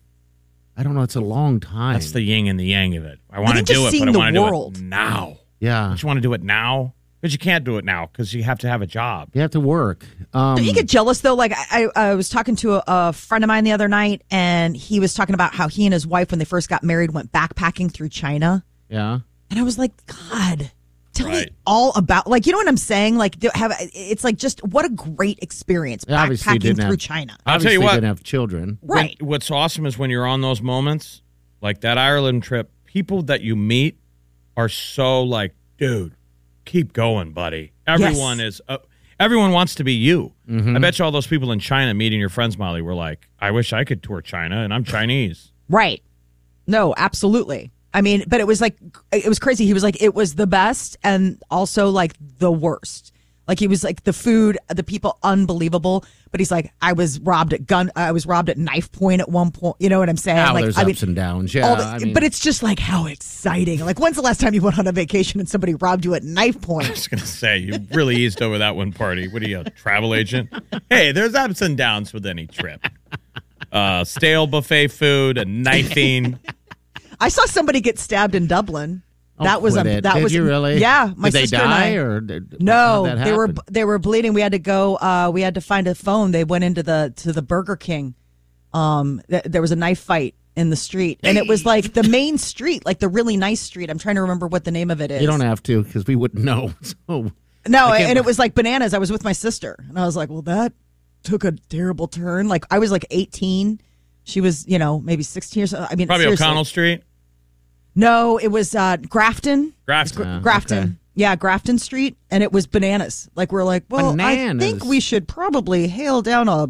Speaker 6: I don't know. It's a long time.
Speaker 7: That's the yin and the yang of it. I want to
Speaker 5: think just
Speaker 7: do it,
Speaker 5: seeing
Speaker 7: but I
Speaker 5: the
Speaker 7: want to do
Speaker 5: world.
Speaker 7: it now.
Speaker 6: yeah.
Speaker 7: Don't you want to do it now? Because you can't do it now because you have to have a job.
Speaker 6: You have to work. Um,
Speaker 5: Don't you get jealous though? Like I, I I was talking to a, a friend of mine the other night, and he was talking about how he and his wife, when they first got married, went backpacking through China.
Speaker 6: yeah.
Speaker 5: And I was like, God, tell
Speaker 7: Right.
Speaker 5: me all about like you know what I'm saying? Like do- have it's like just what a great experience
Speaker 6: Yeah, obviously
Speaker 5: backpacking
Speaker 6: didn't
Speaker 5: through
Speaker 6: have-
Speaker 5: China.
Speaker 7: I'll tell
Speaker 6: Obviously
Speaker 7: you what.
Speaker 6: didn't have children.
Speaker 5: Right.
Speaker 7: When- what's awesome is when you're on those moments, like that Ireland trip, people that you meet are so like, dude, keep going, buddy. Everyone is, uh, everyone wants to be you.
Speaker 5: Mm-hmm.
Speaker 7: I bet you all those people in China meeting your friends, Molly, were like, I wish I could tour China and I'm Chinese.
Speaker 5: Right. No, absolutely. I mean, but it was like it was crazy. He was like it was the best and also like the worst. Like he was like the food, the people, unbelievable. But he's like, I was robbed at gun, I was robbed at knife point at one point. You know what I'm saying?
Speaker 6: Now
Speaker 5: like,
Speaker 6: there's
Speaker 5: I mean,
Speaker 6: ups and downs. Yeah,
Speaker 5: all the,
Speaker 6: I mean,
Speaker 5: but it's just like how exciting. Like when's the last time you went on a vacation and somebody robbed you at knife
Speaker 7: I
Speaker 5: point?
Speaker 7: was gonna say you really eased over that one party. What are you, a travel agent? Hey, there's ups and downs with any trip. Uh, stale buffet food, a knifing.
Speaker 5: I saw somebody get stabbed in Dublin.
Speaker 6: I'll
Speaker 5: that was
Speaker 6: Oh, quit
Speaker 5: a
Speaker 6: it.
Speaker 5: that
Speaker 6: Did
Speaker 5: was
Speaker 6: you really?
Speaker 5: yeah. My
Speaker 6: Did they
Speaker 5: sister
Speaker 6: die
Speaker 5: and I.
Speaker 6: or did-
Speaker 5: No,
Speaker 6: how'd that
Speaker 5: they were
Speaker 6: happen?
Speaker 5: they were bleeding. We had to go. Uh, we had to find a phone. They went into the to the Burger King. Um, th- there was a knife fight in the street, and it was like the main street, like the really nice street. I'm trying to remember what the name of it is.
Speaker 6: You don't have to because we wouldn't know. So
Speaker 5: No,
Speaker 6: I can't-
Speaker 5: and it was like bananas. I was with my sister, and I was like, "Well, that took a terrible turn." Like I was like 18. She was, you know, maybe 16 years. I mean,
Speaker 7: Probably
Speaker 5: seriously.
Speaker 7: O'Connell Street.
Speaker 5: No, it was uh, Grafton.
Speaker 7: Grafton.
Speaker 5: Grafton.
Speaker 6: Oh, okay.
Speaker 5: Yeah, Grafton Street, and it was bananas. Like we're like, well, I think
Speaker 6: Bananas.
Speaker 5: we should probably hail down a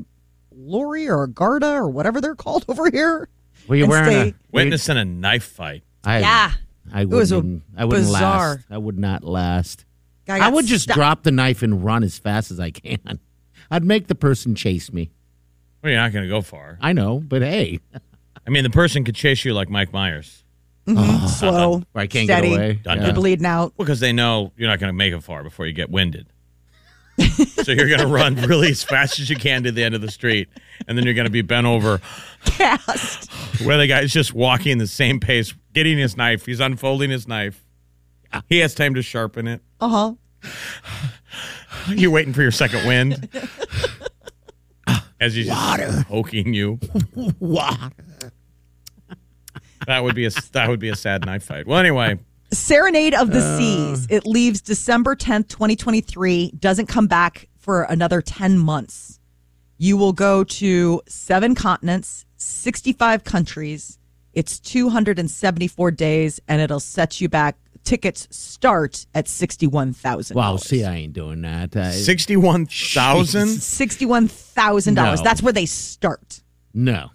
Speaker 5: lorry or a Garda or whatever they're called over here.
Speaker 6: were you
Speaker 5: And
Speaker 6: wearing
Speaker 5: stay-
Speaker 6: a
Speaker 7: Witnessing a knife fight.
Speaker 6: I,
Speaker 5: Yeah.
Speaker 6: I
Speaker 5: was a
Speaker 6: wouldn't. I wouldn't
Speaker 5: bizarre-
Speaker 6: last. I would not last.
Speaker 5: Guy
Speaker 6: I,
Speaker 5: got
Speaker 6: would just
Speaker 5: stuck.
Speaker 6: drop the knife and run as fast as I can. I'd make the person chase me.
Speaker 7: Well, you're not gonna go far.
Speaker 6: I know, but hey,
Speaker 7: I mean, the person could chase you like Mike Myers.
Speaker 5: slow.
Speaker 6: I can't
Speaker 5: steady.
Speaker 6: get away.
Speaker 7: Done,
Speaker 6: Yeah.
Speaker 5: You're bleeding out.
Speaker 7: Well, because they know you're not going to make it far before you get winded. so you're going to run really as fast as you can to the end of the street, and then you're going to be bent over
Speaker 5: Cast.
Speaker 7: where the guy's just walking the same pace, getting his knife. He's unfolding his knife. He has time to sharpen it.
Speaker 5: Uh huh.
Speaker 7: You're waiting for your second wind. As he's just poking you, that would be a that would be a sad knife fight. Well, anyway,
Speaker 5: Serenade of the
Speaker 6: Uh.
Speaker 5: Seas. It leaves December 10th, 2023, doesn't come back for another 10 months. You will go to seven continents, 65 countries. It's 274 days and it'll set you back. Tickets start at 61,000.
Speaker 6: Wow. See, I ain't doing that. I,
Speaker 7: sixty-one thousand.
Speaker 5: $61,000.
Speaker 6: No.
Speaker 5: That's where they start.
Speaker 6: No.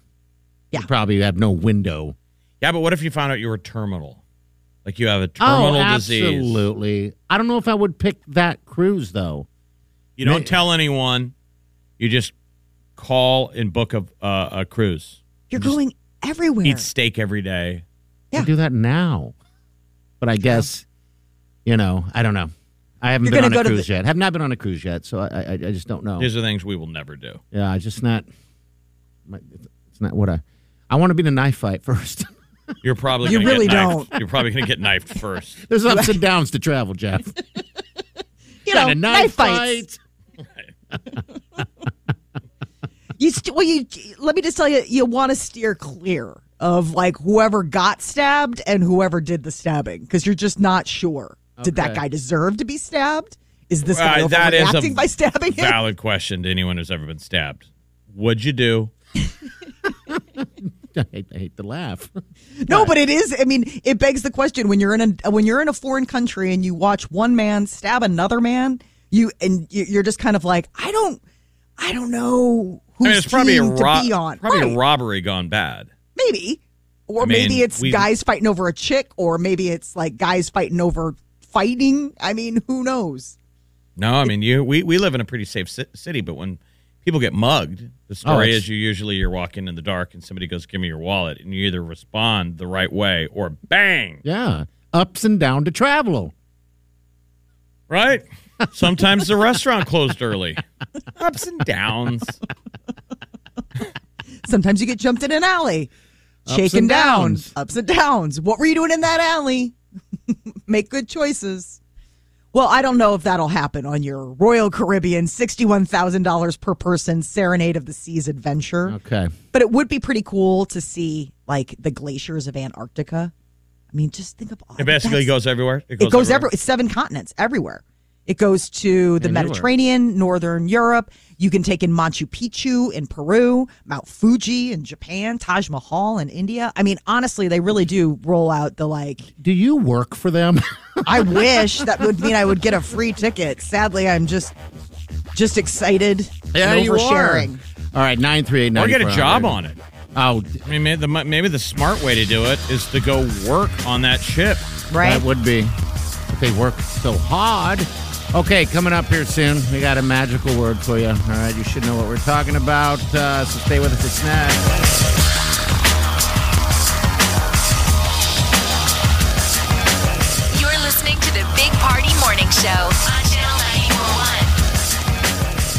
Speaker 5: Yeah.
Speaker 6: You probably have no window.
Speaker 7: Yeah, but what if you found out you were terminal? Like you have a terminal
Speaker 6: oh,
Speaker 7: disease.
Speaker 6: absolutely. I don't know if I would pick that cruise though.
Speaker 7: You don't tell anyone. You just call and book a uh, a cruise.
Speaker 5: You're going everywhere.
Speaker 7: Eat steak every day.
Speaker 6: I
Speaker 5: Yeah.
Speaker 6: do that now. But I guess, you know, I don't know. I haven't
Speaker 5: You're
Speaker 6: been
Speaker 5: gonna
Speaker 6: on
Speaker 5: go
Speaker 6: a
Speaker 5: to
Speaker 6: cruise
Speaker 5: the-
Speaker 6: yet. Have not been on a cruise yet, so I, I, I just don't know.
Speaker 7: These are things we will never do.
Speaker 6: yeah, I just not. my- It's not what I. I want to be in a knife fight first.
Speaker 7: You're probably
Speaker 5: You
Speaker 7: gonna
Speaker 5: really
Speaker 7: get knifed. You're probably gonna get knifed first.
Speaker 6: There's ups and downs to travel, Jeff.
Speaker 5: you
Speaker 6: Got
Speaker 5: know,
Speaker 6: a
Speaker 5: knife fights.
Speaker 6: fight.
Speaker 5: You st- well, you let me just tell you, you want to steer clear of like whoever got stabbed and whoever did the stabbing because you're just not sure. Did that
Speaker 6: Okay.
Speaker 5: guy deserve to be stabbed? Is this guy
Speaker 7: Uh, that is a
Speaker 5: overreacting by stabbing him?
Speaker 7: Valid question to anyone who's ever been stabbed. What'd you do?
Speaker 6: I hate, I hate to laugh.
Speaker 5: No, but it is. I mean, it begs the question when you're in a when you're in a foreign country and you watch one man stab another man, you and you- you're just kind of like, I don't, I don't know who's
Speaker 7: I mean, it's probably a
Speaker 5: to be
Speaker 7: ro-
Speaker 5: on.
Speaker 7: probably
Speaker 5: Right.
Speaker 7: a robbery gone bad.
Speaker 5: Maybe. Or
Speaker 7: I mean,
Speaker 5: maybe it's
Speaker 7: we-
Speaker 5: guys fighting over a chick, or maybe it's like guys fighting over fighting. I mean, who knows?
Speaker 7: No, I mean you. We, we live in a pretty safe ci- city, but when people get mugged, the story
Speaker 6: it's-
Speaker 7: is you usually you're walking in the dark and somebody goes, "Give me your wallet," and you either respond the right way or bang,
Speaker 6: Yeah, ups and down to travel.
Speaker 7: right? Sometimes the restaurant closed early. Ups and downs.
Speaker 5: Sometimes you get jumped in an alley,
Speaker 6: Ups
Speaker 5: shaken
Speaker 6: and
Speaker 5: down,
Speaker 6: downs.
Speaker 5: ups and downs. What were you doing in that alley? Make good choices. Well, I don't know if that'll happen on your Royal Caribbean $61,000 per person Serenade of the Seas adventure.
Speaker 6: Okay.
Speaker 5: But it would be pretty cool to see like the glaciers of Antarctica. I mean, just think of all
Speaker 7: It basically
Speaker 5: that's-
Speaker 7: goes everywhere.
Speaker 5: it goes everywhere. It's seven continents, everywhere. It goes to the
Speaker 6: Man, you are-
Speaker 5: Mediterranean, Northern Europe. You can take in Machu Picchu in Peru, Mount Fuji in Japan, Taj Mahal in India. I mean, honestly, they really do roll out the like.
Speaker 6: Do you work for them?
Speaker 5: I wish that would mean I would get a free ticket. Sadly, I'm just just excited and oversharing.
Speaker 6: All right, nine three eight nine.
Speaker 7: Or get a job on it.
Speaker 6: Oh,
Speaker 7: I mean, maybe the, maybe the smart way to do it is to go work on that ship.
Speaker 5: Right?
Speaker 6: That would be. If they work so hard. Okay, coming up here soon, we got a magical word for you. All right, you should know what we're talking about. Uh, so stay with us. It's next.
Speaker 4: You're listening to the Big Party Morning Show on Channel 941.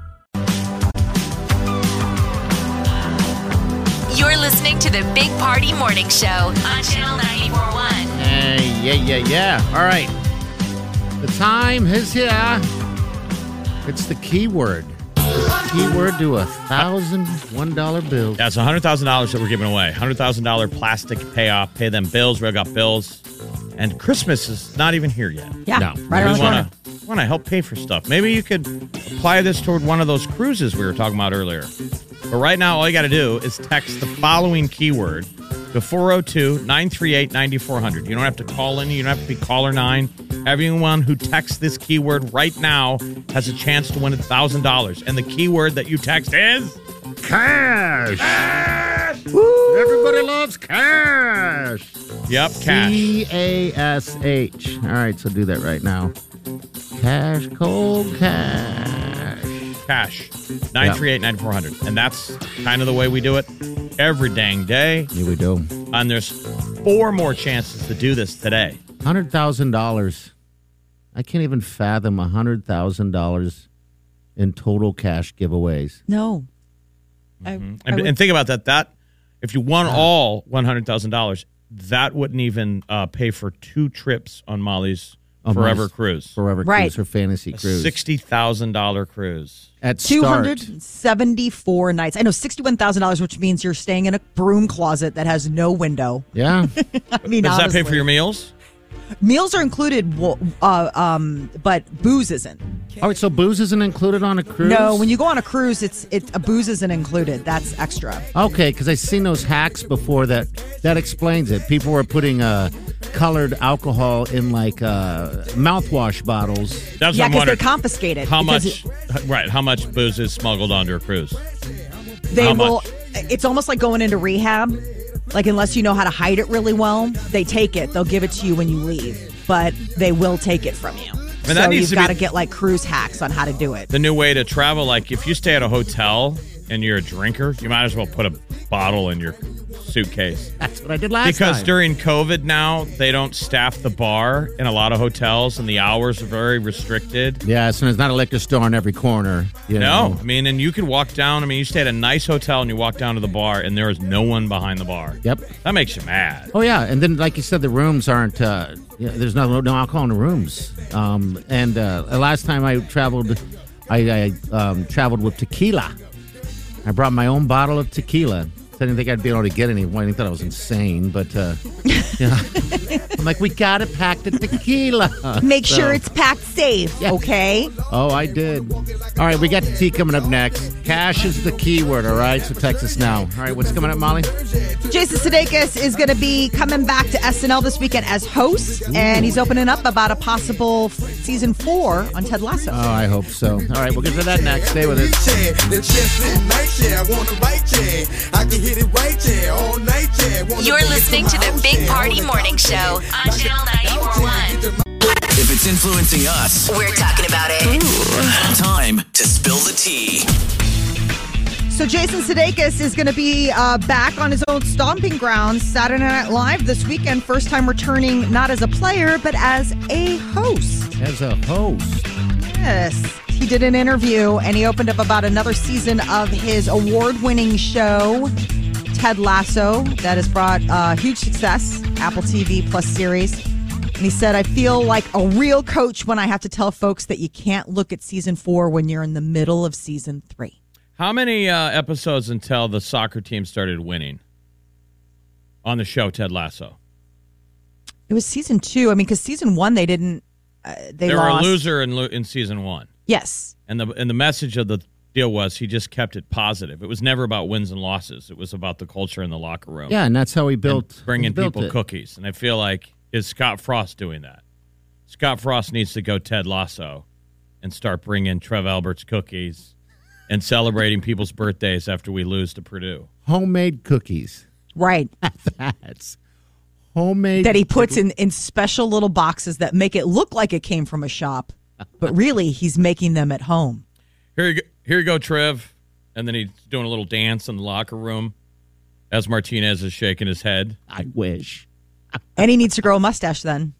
Speaker 4: You're listening to the Big Party Morning Show on Channel 941.
Speaker 6: Hey, yeah, yeah, yeah. All right. The time is here. It's the keyword. The keyword to a thousand one dollar bill.
Speaker 7: That's one hundred thousand dollars that we're giving away. Hundred thousand dollar plastic payoff. Pay them bills. We got bills, and Christmas is not even here yet.
Speaker 5: Yeah,
Speaker 6: No,
Speaker 5: right around
Speaker 7: we
Speaker 5: the corner.
Speaker 7: want to want to help pay for stuff. Maybe you could apply this toward one of those cruises we were talking about earlier. But right now, all you got to do is text the following keyword to 402 938 9400. You don't have to call in, you don't have to be caller nine. Everyone who texts this keyword right now has a chance to win $1,000. And the keyword that you text is.
Speaker 6: Cash. Everybody loves cash.
Speaker 7: Yep, cash.
Speaker 6: C A S H. All right, so do that right now. Cash, cold cash.
Speaker 7: Cash. 938 9400. And that's kind of the way we do it every dang day.
Speaker 6: Here we go.
Speaker 7: And there's four more chances to do this today.
Speaker 6: Hundred thousand dollars. I can't even fathom a hundred thousand dollars in total cash giveaways.
Speaker 5: No. I- I
Speaker 7: And,
Speaker 5: would-
Speaker 7: and think about that. That if you won all one hundred thousand dollars, that wouldn't even uh, pay for two trips on Molly's
Speaker 6: On
Speaker 7: forever
Speaker 6: Molly's
Speaker 7: cruise.
Speaker 6: Forever
Speaker 5: Right.
Speaker 6: cruise or fantasy cruise.
Speaker 7: Sixty thousand dollar cruise.
Speaker 6: At
Speaker 5: Two
Speaker 6: start.
Speaker 5: hundred seventy-four nights. I know sixty-one thousand dollars, which means you're staying in a broom closet that has no window.
Speaker 6: Yeah.
Speaker 5: I mean,
Speaker 7: Does that
Speaker 5: honestly.
Speaker 7: pay for your meals?
Speaker 5: meals are included, wo- uh, um, but booze isn't.
Speaker 6: All right, so booze isn't included on a cruise?
Speaker 5: No, when you go on a cruise, it's it a booze isn't included. That's extra.
Speaker 6: Okay, because i seen those hacks before that that explains it. People were putting uh, colored alcohol in like uh, mouthwash bottles.
Speaker 7: That's
Speaker 5: yeah, because
Speaker 7: what I'm
Speaker 5: they
Speaker 7: wondering.
Speaker 5: confiscate it.
Speaker 7: how
Speaker 5: because
Speaker 7: much? right. How much booze is smuggled onto a cruise?
Speaker 5: They
Speaker 7: how
Speaker 5: will.
Speaker 7: much?
Speaker 5: It's almost like going into rehab. Like unless you know how to hide it really well, they take it. They'll give it to you when you leave, but they will take it from you.
Speaker 7: Man, that
Speaker 5: so
Speaker 7: needs
Speaker 5: you've
Speaker 7: to
Speaker 5: got to
Speaker 7: be-
Speaker 5: get like cruise hacks on how to do it.
Speaker 7: The new way to travel. Like if you stay at a hotel and you're a drinker, you might as well put a bottle in your suitcase.
Speaker 6: That's what I did last
Speaker 7: because
Speaker 6: time.
Speaker 7: during COVID now they don't staff the bar in a lot of hotels and the hours are very restricted.
Speaker 6: Yes, and there's not a liquor store on every corner. You
Speaker 7: No,
Speaker 6: know.
Speaker 7: I mean, and you could walk down. I mean, you stay at a nice hotel and you walk down to the bar and there is no one behind the bar.
Speaker 6: Yep.
Speaker 7: That makes you mad.
Speaker 6: Oh yeah, and then like you said, the rooms aren't. Uh, you know, there's no no alcohol in the rooms. Um, and uh, last time I traveled, I, I um, traveled with tequila. I brought my own bottle of tequila. I didn't think I'd be able to get any. I thought I was insane, but uh, yeah. I'm like, we gotta pack the tequila.
Speaker 5: Make sure
Speaker 6: So-
Speaker 5: it's packed safe,
Speaker 6: Yeah.
Speaker 5: okay?
Speaker 6: Oh, I did. All right, we got the tea coming up next. Cash is the keyword. All right, so text us now. All right, what's coming up, Molly?
Speaker 5: Jason Sudeikis is going to be coming back to SNL this weekend as host, and he's opening up about a possible f- season four on Ted Lasso.
Speaker 6: Oh, I hope so. All right, we'll get to that next. Stay with us.
Speaker 1: Yeah, the chest and night, yeah. I want to right, yeah. I can hit it right, yeah. All night, yeah. Wanna
Speaker 4: You're
Speaker 1: bring it to
Speaker 4: listening
Speaker 1: my
Speaker 4: to the
Speaker 1: house,
Speaker 4: Big
Speaker 1: yeah.
Speaker 4: Party Morning Show on Channel 941.
Speaker 3: If it's influencing us,
Speaker 4: We're talking about it.
Speaker 3: time to spill the tea.
Speaker 5: So Jason Sudeikis is going to be uh, back on his own stomping grounds Saturday Night Live this weekend. First time returning, not as a player, but as a host.
Speaker 6: As a host.
Speaker 5: Yes. He did an interview and he opened up about another season of his award winning show, Ted Lasso, that has brought uh, huge success, Apple TV Plus series. And he said, I feel like a real coach when I have to tell folks that you can't look at season four when you're in the middle of season three.
Speaker 7: How many uh, episodes until the soccer team started winning on the show Ted Lasso?
Speaker 5: It was season two. I mean, because season one they didn't. Uh, they
Speaker 7: there
Speaker 5: lost.
Speaker 7: were a loser in, lo- in season one,
Speaker 5: Yes,
Speaker 7: and the and the message of the deal was he just kept it positive. It was never about wins and losses. It was about the culture in the locker room.
Speaker 6: Yeah, and that's how he built
Speaker 7: bringing
Speaker 6: he built
Speaker 7: people
Speaker 6: it.
Speaker 7: cookies. And I feel like is Scott Frost doing that? Scott Frost needs to go Ted Lasso and start bringing Trev Albert's cookies and celebrating people's birthdays after we lose to Purdue.
Speaker 6: Homemade cookies.
Speaker 5: right.
Speaker 6: That's homemade.
Speaker 5: that he puts in in special little boxes that make it look like it came from a shop, but really he's making them at home.
Speaker 7: Here you go, here you go, Trev. And then he's doing a little dance in the locker room as Martinez is shaking his head.
Speaker 6: I wish.
Speaker 5: And he needs to grow a mustache. Then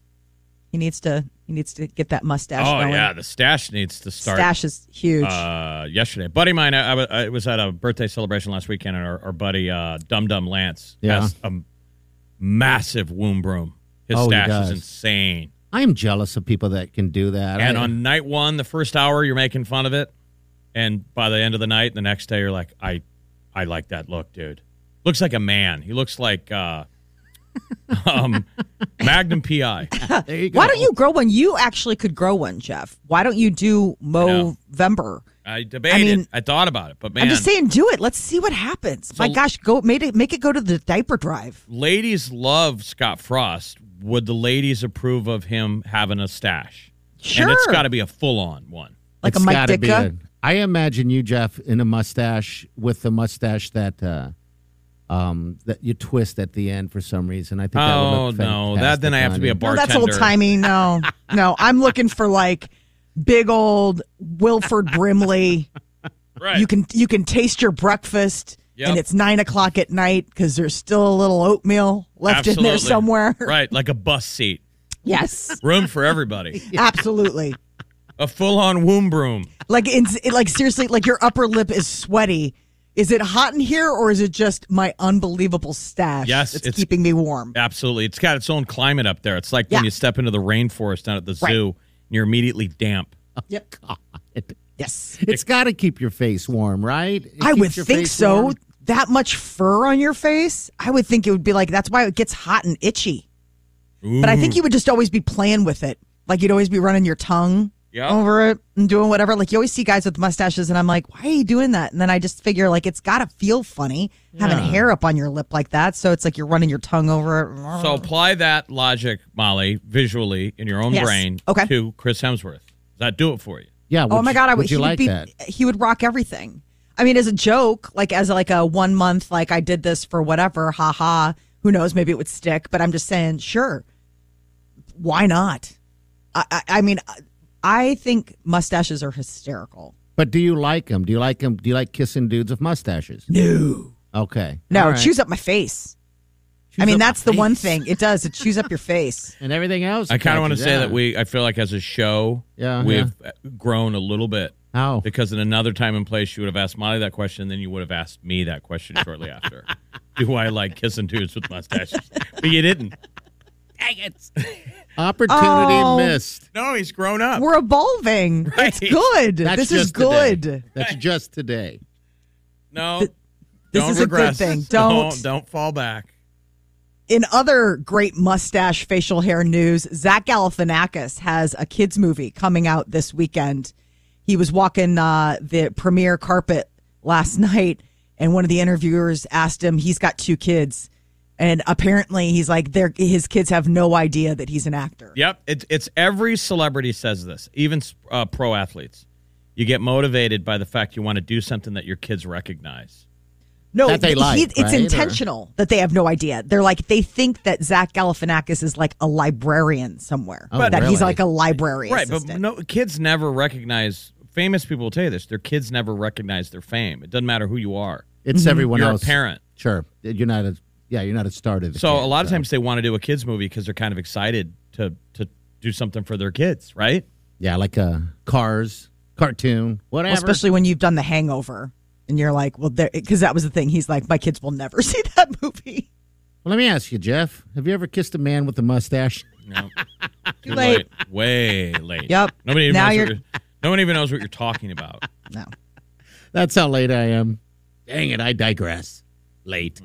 Speaker 5: he needs to he needs to get that mustache.
Speaker 7: oh
Speaker 5: going.
Speaker 7: yeah, the stash needs to start.
Speaker 5: stash is huge.
Speaker 7: uh, yesterday. Buddy of mine, I, I wa- I was at a birthday celebration last weekend, and our, our buddy uh, Dum Dum Lance
Speaker 6: Yeah.
Speaker 7: has a massive womb broom. His
Speaker 6: Oh, he
Speaker 7: stash
Speaker 6: does.
Speaker 7: is insane.
Speaker 6: I'm jealous of people that can do that.
Speaker 7: And
Speaker 6: I-
Speaker 7: on night one, the first hour, you're making fun of it, and by the end of the night, the next day, you're like, I, I like that look, dude. Looks like a man. He looks like uh, um, Magnum PI.
Speaker 6: there you go.
Speaker 5: Why don't you grow one? You actually could grow one, Jeff. Why don't you do Movember?
Speaker 7: I debated. I,
Speaker 5: I mean-
Speaker 7: thought about it, but man,
Speaker 5: I'm just saying, do it. Let's see what happens. My gosh, go made it make it go to the diaper drive.
Speaker 7: ladies love Scott Frost. Would the ladies approve of him having a stash?
Speaker 5: Sure,
Speaker 7: And it's got to be a full on one.
Speaker 5: like
Speaker 6: It's
Speaker 5: a Mike
Speaker 6: gotta be
Speaker 5: Ditka.
Speaker 6: a- I imagine you, Jeff, in a mustache with the mustache that uh, um, that you twist at the end for some reason. I think. that would
Speaker 7: Oh,
Speaker 6: look
Speaker 7: no. That then I
Speaker 6: fantastic
Speaker 7: have
Speaker 6: on
Speaker 7: to be a
Speaker 6: you.
Speaker 5: No,
Speaker 7: bartender.
Speaker 5: that's old timey. No, no, I'm looking for like big old Wilford Brimley.
Speaker 7: Right.
Speaker 5: You can you can taste your breakfast,
Speaker 7: Yep.
Speaker 5: and it's nine o'clock at night because there's still a little oatmeal left in there
Speaker 7: Absolutely.
Speaker 5: somewhere.
Speaker 7: right. Like a bus seat.
Speaker 5: Yes,
Speaker 7: Room for everybody.
Speaker 5: absolutely.
Speaker 7: a full on womb broom.
Speaker 5: Like in, like seriously, like your upper lip is sweaty. Is it hot in here, or is it just my unbelievable stash?
Speaker 7: Yes,
Speaker 5: that's
Speaker 7: it's-
Speaker 5: keeping me warm.
Speaker 7: Absolutely. It's got its own climate up there. It's like when
Speaker 5: Yeah.
Speaker 7: you step into the rainforest down at the
Speaker 5: Right.
Speaker 7: zoo and you're immediately damp.
Speaker 5: Yep.
Speaker 6: It-
Speaker 5: Yes.
Speaker 6: It's got to keep your face warm, right? It
Speaker 5: I
Speaker 6: keeps
Speaker 5: would
Speaker 6: your
Speaker 5: think
Speaker 6: face
Speaker 5: so.
Speaker 6: warm.
Speaker 5: That much fur on your face, I would think it would be like that's why it gets hot and itchy. But I think you would just always be playing with it. Like you'd always be running your tongue
Speaker 7: Yeah.
Speaker 5: over it and doing whatever. Like you always see guys with mustaches, and I'm like, why are you doing that? And then I just figure like it's got to feel funny having hair up on your lip like that. So it's like you're running your tongue over it.
Speaker 7: So apply that logic, Molly, visually in your own
Speaker 5: Yes.
Speaker 7: brain
Speaker 5: Okay.
Speaker 7: to Chris Hemsworth. Does that do it for you?
Speaker 6: Yeah.
Speaker 5: Oh
Speaker 6: would
Speaker 5: my
Speaker 6: you-
Speaker 5: god, I
Speaker 6: would
Speaker 5: he
Speaker 6: you like
Speaker 5: be,
Speaker 6: that?
Speaker 5: He would rock everything. I mean, as a joke, like as like a one month, like I did this for whatever, ha ha. Who knows? Maybe it would stick. But I'm just saying, sure, why not? I, I, I mean, I- I think mustaches are hysterical.
Speaker 6: But do you like him? Do you like him? Do you like kissing dudes with mustaches?
Speaker 5: No,
Speaker 6: Okay.
Speaker 5: no,
Speaker 6: All
Speaker 5: it
Speaker 6: right.
Speaker 5: chews up my face. I
Speaker 6: Chews
Speaker 5: mean,
Speaker 6: up
Speaker 5: that's
Speaker 6: my
Speaker 5: the one
Speaker 6: face.
Speaker 5: thing it does. It chews up your face.
Speaker 6: And everything else.
Speaker 7: I kind of want to
Speaker 6: catches,
Speaker 7: say
Speaker 6: yeah.
Speaker 7: that we, I feel like as a show,
Speaker 6: Yeah,
Speaker 7: we've grown a little bit
Speaker 6: How?
Speaker 7: because in another time and place, you would have asked Molly that question, then you would have asked me that question shortly after. Do I like kissing dudes with mustaches? but you didn't. Dang it.
Speaker 6: Opportunity
Speaker 5: Oh.
Speaker 6: missed.
Speaker 7: No, he's grown up.
Speaker 5: We're evolving.
Speaker 7: Right.
Speaker 5: It's good.
Speaker 6: That's
Speaker 5: this
Speaker 6: just
Speaker 5: is good.
Speaker 6: Today. That's just today.
Speaker 7: No.
Speaker 5: This
Speaker 7: don't
Speaker 5: is a good
Speaker 7: regress.
Speaker 5: thing.
Speaker 7: Don't
Speaker 5: Don't.
Speaker 7: don't fall back.
Speaker 5: In other great mustache facial hair news, Zach Galifianakis has a kids movie coming out this weekend. He was walking uh, the premiere carpet last night, and one of the interviewers asked him. He's got two kids, and apparently he's like, "They're his kids have no idea that he's an actor."
Speaker 7: Yep, it's it's every celebrity says this, even uh, pro athletes. You get motivated by the fact you want to do something that your kids recognize.
Speaker 5: No,
Speaker 6: That they
Speaker 5: he-
Speaker 6: like,
Speaker 5: it's
Speaker 6: right, or-
Speaker 5: intentional that they have no idea. They're like they think that Zach Galifianakis is like a librarian somewhere,
Speaker 6: Oh,
Speaker 5: that he's
Speaker 6: really?
Speaker 5: like a library
Speaker 7: right,
Speaker 5: assistant.
Speaker 7: but no kids never recognize famous people will tell you this. Their kids never recognize their fame. It doesn't matter who you are.
Speaker 5: Mm-hmm.
Speaker 6: It's everyone
Speaker 7: You're
Speaker 6: else.
Speaker 7: A parent.
Speaker 6: Sure. You're not a yeah, you're not a starter.
Speaker 7: So a lot of times they want to do a kids movie because they're kind of excited to to do something for their kids, right?
Speaker 6: Yeah, like uh cars, cartoon, whatever.
Speaker 5: Well, especially when you've done The Hangover and you're like, well, because that was the thing. He's like, my kids will never see that movie.
Speaker 6: Well, let me ask you, Jeff. Have you ever kissed a man with a mustache?
Speaker 7: No. Too
Speaker 5: late.
Speaker 7: Way late.
Speaker 6: Yep.
Speaker 7: Nobody even
Speaker 6: Now
Speaker 7: knows
Speaker 6: you're-
Speaker 7: what you're, no one even knows what you're talking about.
Speaker 5: No.
Speaker 6: That's how late I am. Dang it, I digress. Late.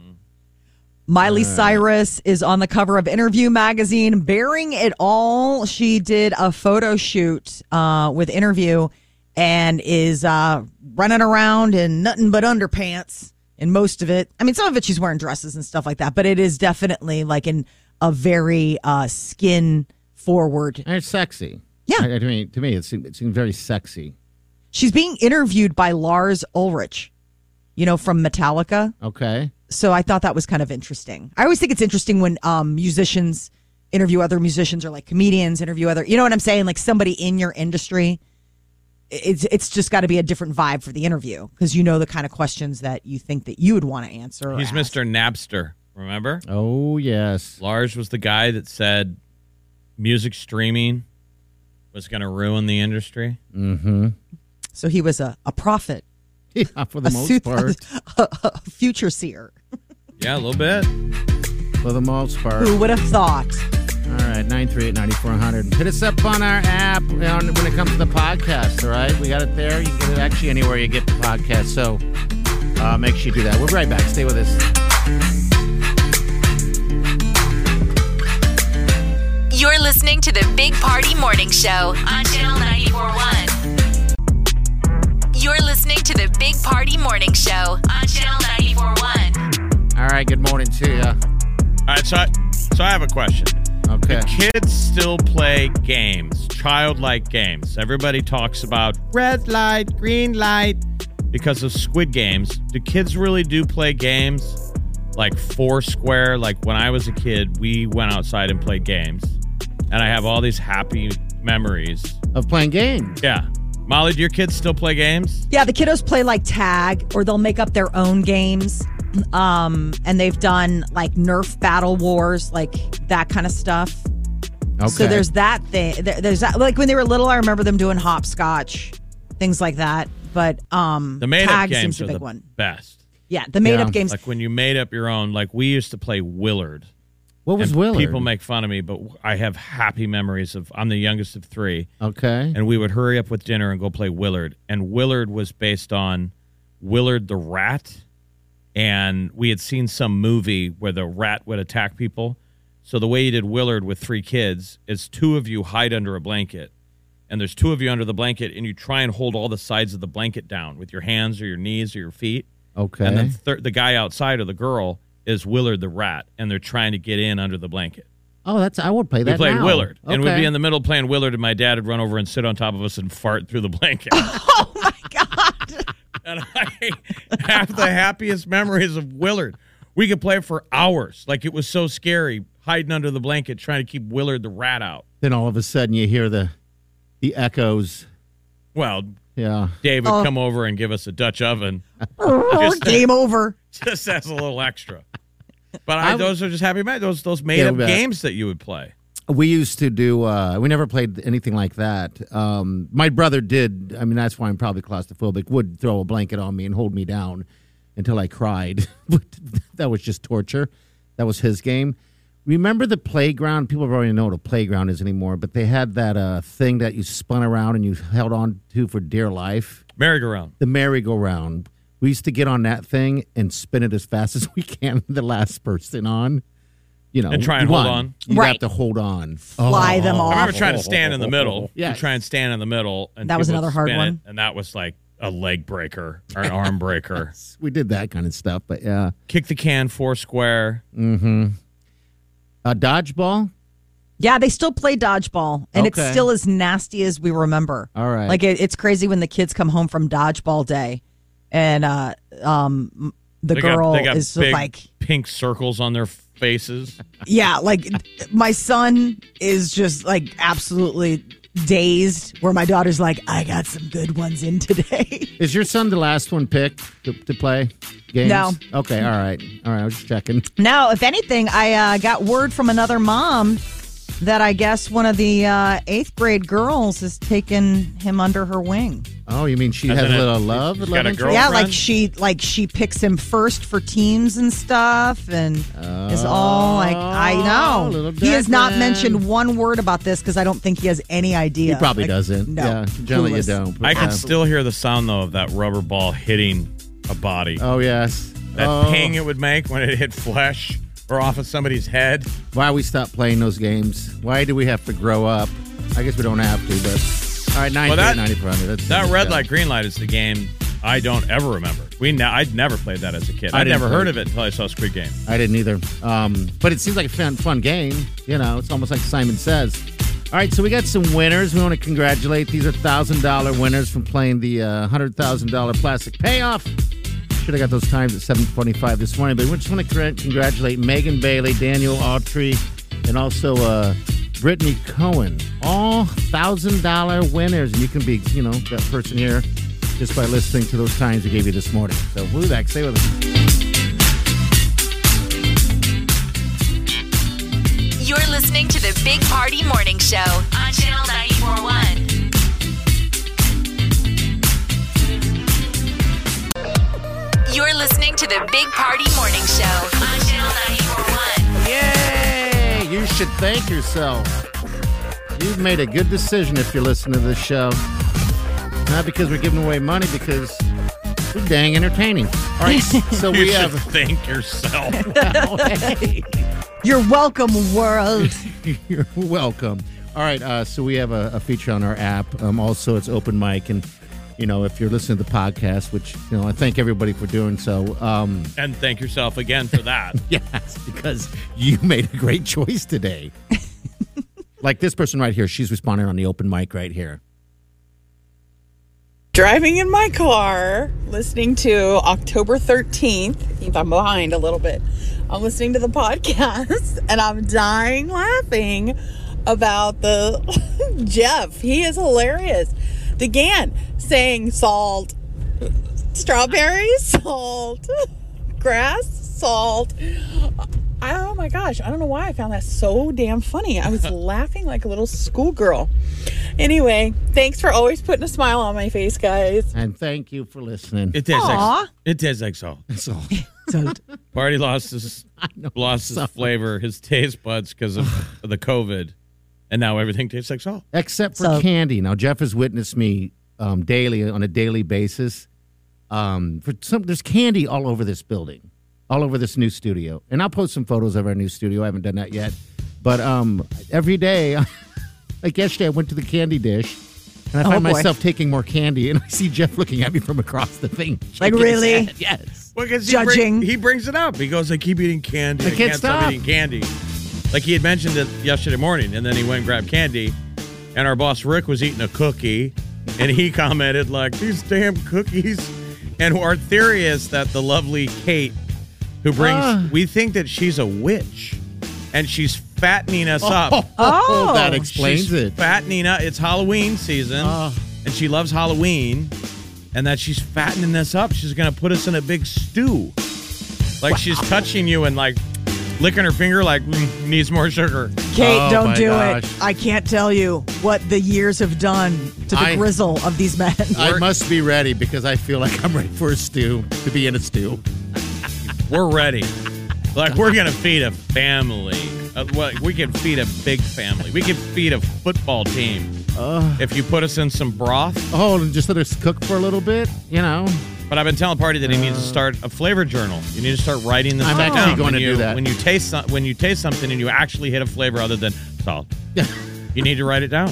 Speaker 5: Miley
Speaker 6: Uh.
Speaker 5: Cyrus is on the cover of Interview magazine, bearing it all. She did a photo shoot uh, with Interview and is uh, running around in nothing but underpants in most of it. I mean, some of it she's wearing dresses and stuff like that, but it is definitely like in a very uh, skin forward.
Speaker 6: And it's sexy.
Speaker 5: Yeah.
Speaker 6: I, I mean, to me, it seemed, it seemed very sexy.
Speaker 5: She's being interviewed by Lars Ulrich, you know, from Metallica.
Speaker 6: Okay.
Speaker 5: so I thought that was kind of interesting. I always think it's interesting when um, musicians interview other musicians or like comedians interview other, you know what I'm saying? Like somebody in your industry, it's it's just got to be a different vibe for the interview because you know the kind of questions that you think that you would want to answer. or
Speaker 7: He's
Speaker 5: ask.
Speaker 7: Mr. Napster, remember?
Speaker 6: Oh, yes.
Speaker 7: Lars was the guy that said music streaming was going to ruin the industry.
Speaker 6: Mm-hmm.
Speaker 5: so he was a, a prophet,
Speaker 6: Yeah, for the
Speaker 5: a,
Speaker 6: most
Speaker 5: sooth-
Speaker 6: part.
Speaker 5: a, a future seer.
Speaker 7: Yeah, a little bit.
Speaker 6: For the most part.
Speaker 5: Who would have thought?
Speaker 6: All right, 938-9400. Hit us up on our app on- when it comes to the podcast, all right? We got it there. You can get it actually anywhere you get the podcast. So uh, make sure you do that. We'll be right back. Stay with us.
Speaker 4: You're listening to the Big Party Morning Show on Channel 941. You're listening to the Big Party Morning Show on Channel 941.
Speaker 6: All right, good morning to you.
Speaker 7: All right, so I, so I have a question.
Speaker 6: Okay.
Speaker 7: Do kids still play games, childlike games? Everybody talks about red light, green light because of Squid Games. Do kids really do play games like Foursquare? Like when I was a kid, we went outside and played games, and I have all these happy memories.
Speaker 6: Of playing games.
Speaker 7: Yeah, Molly, do your kids still play games?
Speaker 5: Yeah, the kiddos play like tag or they'll make up their own games. Um, and they've done like Nerf battle wars, like that kind of stuff.
Speaker 6: Okay.
Speaker 5: So there's that thing. there- There's that. Like when they were little, I remember them doing hopscotch, things like that. But um,
Speaker 7: The made up
Speaker 5: tag
Speaker 7: games
Speaker 5: seems a
Speaker 7: are
Speaker 5: big
Speaker 7: the
Speaker 5: one.
Speaker 7: best.
Speaker 5: Yeah, the made up
Speaker 6: Yeah.
Speaker 5: games.
Speaker 7: Like when you made up your own. Like we used to play Willard.
Speaker 6: What was
Speaker 7: And
Speaker 6: Willard?
Speaker 7: People make fun of me, but I have happy memories of. I'm the youngest of three,
Speaker 6: okay.
Speaker 7: and we would hurry up with dinner and go play Willard. And Willard was based on Willard the rat, and we had seen some movie where the rat would attack people. So the way you did Willard with three kids is two of you hide under a blanket, and there's two of you under the blanket, and you try and hold all the sides of the blanket down with your hands or your knees or your feet.
Speaker 6: Okay.
Speaker 7: And then thir- the guy outside or the girl is Willard the rat, and they're trying to get in under the blanket.
Speaker 6: oh, that's I would play that.
Speaker 7: we played
Speaker 6: now.
Speaker 7: Willard, and we'd
Speaker 6: Okay.
Speaker 7: be in the middle playing Willard, and my dad would run over and sit on top of us and fart through the blanket.
Speaker 6: Oh,
Speaker 7: and I have the happiest memories of Willard. We could play it for hours. Like it was so scary, hiding under the blanket, trying to keep Willard the rat out.
Speaker 6: Then all of a sudden you hear the the echoes.
Speaker 7: Well,
Speaker 6: Yeah.
Speaker 7: Dave would
Speaker 5: Oh.
Speaker 7: come over and give us a Dutch oven
Speaker 5: Or Game over.
Speaker 7: just as a little extra. But I,
Speaker 6: I would-
Speaker 7: those are just happy memories. Those those made
Speaker 6: Yeah,
Speaker 7: up
Speaker 6: but-
Speaker 7: games that you would play.
Speaker 6: We used to do. Uh, we never played anything like that. Um, my brother did. I mean, that's why I'm probably claustrophobic. Would throw a blanket on me and hold me down until I cried. but that was just torture. That was his game. Remember the playground? People already know what a playground is anymore. But they had that uh, thing that you spun around and you held on to for dear life.
Speaker 7: Merry-go-round.
Speaker 6: the merry-go-round. We used to get on that thing and spin it as fast as we can. The last person on, you know,
Speaker 7: And try and hold
Speaker 6: won.
Speaker 7: on.
Speaker 6: You
Speaker 5: Right. Oh.
Speaker 6: have to hold on.
Speaker 5: Fly them
Speaker 7: Oh, I
Speaker 5: off.
Speaker 7: remember trying to stand in the middle.
Speaker 6: Yeah.
Speaker 7: Yeah, try and stand in the middle, and
Speaker 5: That was
Speaker 7: people
Speaker 5: another hard
Speaker 7: spin it,
Speaker 5: one.
Speaker 7: and that was like a leg breaker or an arm breaker.
Speaker 6: We did that kind of stuff, but yeah.
Speaker 7: Kick the can four square.
Speaker 6: Mm-hmm. Uh, dodgeball.
Speaker 5: Yeah, they still play dodgeball, and it's
Speaker 6: Okay.
Speaker 5: still as nasty as we remember.
Speaker 6: All right.
Speaker 5: Like it, it's crazy when the kids come home from dodgeball day, and uh, um, the
Speaker 7: They got-
Speaker 5: girl
Speaker 7: they got
Speaker 5: is
Speaker 7: big
Speaker 5: like,
Speaker 7: pink circles on their faces.
Speaker 5: yeah, like my son is just like absolutely dazed where my daughter's like, I got some good ones in today.
Speaker 6: Is your son the last one picked to, to play games?
Speaker 5: No.
Speaker 6: Okay. All right. All right. I was just checking.
Speaker 5: No, if anything, I uh, got word from another mom that I guess one of the uh, eighth grade girls is taking him under her wing.
Speaker 6: Oh, you mean she
Speaker 7: As
Speaker 6: has a
Speaker 7: in a-
Speaker 6: little love?
Speaker 7: she's got a
Speaker 6: love interest?
Speaker 7: girl-
Speaker 5: Yeah,
Speaker 7: Girlfriend?
Speaker 5: like she like she picks him first for teams and stuff, and is all like I
Speaker 6: Oh, little
Speaker 5: know. He has not
Speaker 6: Declan.
Speaker 5: mentioned one word about this because I don't think he has any idea.
Speaker 6: He probably
Speaker 5: Like,
Speaker 6: doesn't.
Speaker 5: No,
Speaker 6: Yeah, generally you
Speaker 5: clueless.
Speaker 6: don't. but
Speaker 7: I can
Speaker 6: yeah.
Speaker 7: still hear the sound though of that rubber ball hitting a body.
Speaker 6: Oh yes.
Speaker 7: that
Speaker 6: oh.
Speaker 7: ping it would make when it hit flesh or off of somebody's head.
Speaker 6: Why we stop playing those games? Why do we have to grow up? I guess we don't have to, but all right, nine
Speaker 7: Well, that-
Speaker 6: That's
Speaker 7: That red
Speaker 6: yeah.
Speaker 7: light, green light is the game I don't ever remember. We ne- I'd never played that as a kid.
Speaker 6: I
Speaker 7: I would
Speaker 6: didn't
Speaker 7: never
Speaker 6: play
Speaker 7: heard
Speaker 6: it.
Speaker 7: of it until I saw Squid Game.
Speaker 6: I didn't either. Um, but it seems like a fun, fun game. You know, it's almost like Simon Says. All right, so we got some winners. We want to congratulate. These are thousand dollar winners from playing the uh, hundred thousand dollar plastic payoff. Should have got those times at seven twenty five this morning. But we just want to congr- congratulate Megan Bailey, Daniel Autry, and also uh, Brittany Cohen. All thousand dollar winners, and you can be, you know, that person here just by listening to those times we gave you this morning. So we'll be back. Stay with us.
Speaker 4: You're listening to the Big Party Morning Show on Channel 941. You're listening to the Big Party Morning Show on Channel 941.
Speaker 6: Yay! You should thank yourself. You've made a good decision if you listen to this show. Not because we're giving away money, because we're dang entertaining. All right, so
Speaker 7: You
Speaker 6: we
Speaker 7: should
Speaker 6: have.
Speaker 7: thank yourself.
Speaker 5: You're welcome, world.
Speaker 6: You're welcome. All right, uh, so we have a, a feature on our app. Um, also, it's open mic, and you know, if you're listening to the podcast, which you know, I thank everybody for doing so. Um,
Speaker 7: and thank yourself again for that.
Speaker 6: Yes, because you made a great choice today. like this person right here, she's responding on the open mic right here.
Speaker 8: driving in my car, listening to October 13th. If I'm behind a little bit, I'm listening to the podcast and I'm dying laughing about the Jeff. He is hilarious. The Gan saying salt, strawberry, salt, grass, salt. Oh my gosh, I don't know why I found that so damn funny. I was laughing like a little schoolgirl. Anyway, thanks for always putting a smile on my face, guys.
Speaker 6: And thank you for listening.
Speaker 7: It tastes
Speaker 5: Aw.
Speaker 7: like it tastes like salt.
Speaker 6: That's all.
Speaker 7: Party lost his lost his flavor, his taste buds because of the COVID, and now everything tastes like salt.
Speaker 6: Except for
Speaker 5: So-
Speaker 6: candy. Now, Jeff has witnessed me um, daily on a daily basis. Um, for some, there's candy all over this building, all over this new studio, and I'll post some photos of our new studio. I haven't done that yet, but um, every day, like yesterday, I went to the candy dish. And I
Speaker 5: Oh,
Speaker 6: find
Speaker 5: boy.
Speaker 6: myself taking more candy, and I see Jeff looking at me from across the thing.
Speaker 5: Like,
Speaker 6: shaking his
Speaker 5: really?
Speaker 6: head. Yes.
Speaker 7: Well, 'cause
Speaker 5: Judging.
Speaker 7: He, bring- he brings it up. He goes, I keep eating candy.
Speaker 6: I can't stop."
Speaker 7: eating candy. Like he had mentioned it yesterday morning, and then he went and grabbed candy, and our boss Rick was eating a cookie, and he commented like, "These damn cookies." And our theory is that the lovely Kate, who brings,
Speaker 6: Ah.
Speaker 7: we think that she's a witch, and she's fattening us up.
Speaker 5: Oh.
Speaker 6: that explains
Speaker 7: She's
Speaker 6: it.
Speaker 7: Fattening up. It's Halloween season,
Speaker 6: Ah.
Speaker 7: and she loves Halloween, and that she's fattening us up. She's gonna put us in a big stew. Like she's touching you and like licking her finger, like "Mm, needs more sugar.
Speaker 5: Kate,
Speaker 6: Oh, my
Speaker 5: don't do
Speaker 6: gosh.
Speaker 5: it. I can't tell you what the years have done to the
Speaker 6: I-
Speaker 5: grizzle of these men.
Speaker 6: I must be ready because I feel like I'm ready for a stew to be in a stew.
Speaker 7: We're ready. Like we're gonna feed a family. Uh, well, we can feed a big family. We can feed a football team if you put us in some broth.
Speaker 6: Oh, and just let us cook for a little bit, you know.
Speaker 7: But I've been telling Party that he needs to start a flavor journal. You need to start writing this
Speaker 6: Uh. I'm
Speaker 7: stuff
Speaker 6: actually
Speaker 7: down.
Speaker 6: going
Speaker 7: when
Speaker 6: to
Speaker 7: you,
Speaker 6: do that.
Speaker 7: when you taste some- when you taste something and you actually hit a flavor other than salt. you need to write it down.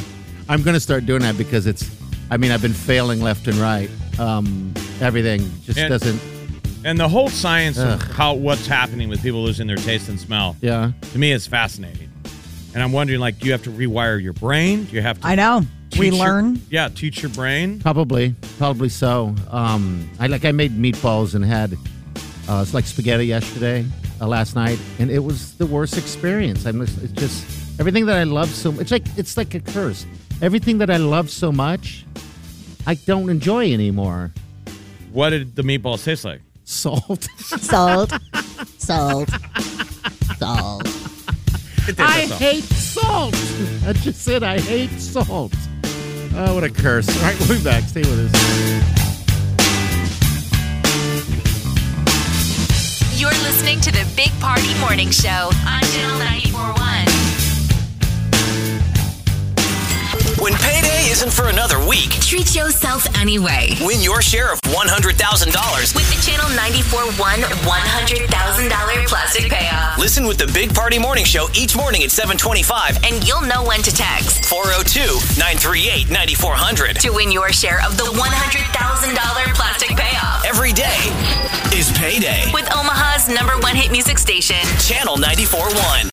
Speaker 6: I'm going to start doing that because it's. I mean, I've been failing left and right. Um, everything just
Speaker 7: And-
Speaker 6: doesn't.
Speaker 7: And the whole science of how what's happening with people losing their taste and smell
Speaker 6: Yeah.
Speaker 7: to me is fascinating. And I'm wondering, like, do you have to rewire your brain? Do you have to?
Speaker 5: I know. We
Speaker 7: teach your-
Speaker 5: learn.
Speaker 7: yeah, teach your brain.
Speaker 6: Probably, probably so. Um, I like I made meatballs and had uh, it's like spaghetti yesterday, uh, last night, and it was the worst experience. I'm just, it's just everything that I love so. It's like it's like a curse. Everything that I love so much, I don't enjoy anymore.
Speaker 7: What did the meatballs taste like?
Speaker 6: Salt.
Speaker 9: Salt. Salt. Salt.
Speaker 6: I hate salt. That's just it. I hate salt. Oh, what a curse. All right, we'll be back. Stay with us.
Speaker 4: You're listening to the Big Party Morning Show on Channel 941.
Speaker 3: When payday isn't for another week,
Speaker 4: treat yourself anyway.
Speaker 3: Win your share of $100,000.
Speaker 4: With the Channel 941 $100,000 plastic payoff.
Speaker 3: Listen with the Big Party Morning Show each morning at 725,
Speaker 4: And you'll know when to text
Speaker 3: 402 938 9400.
Speaker 4: to win your share of the $100,000 plastic payoff.
Speaker 3: Every day is payday.
Speaker 4: With Omaha's number one hit music station,
Speaker 3: Channel 94.1.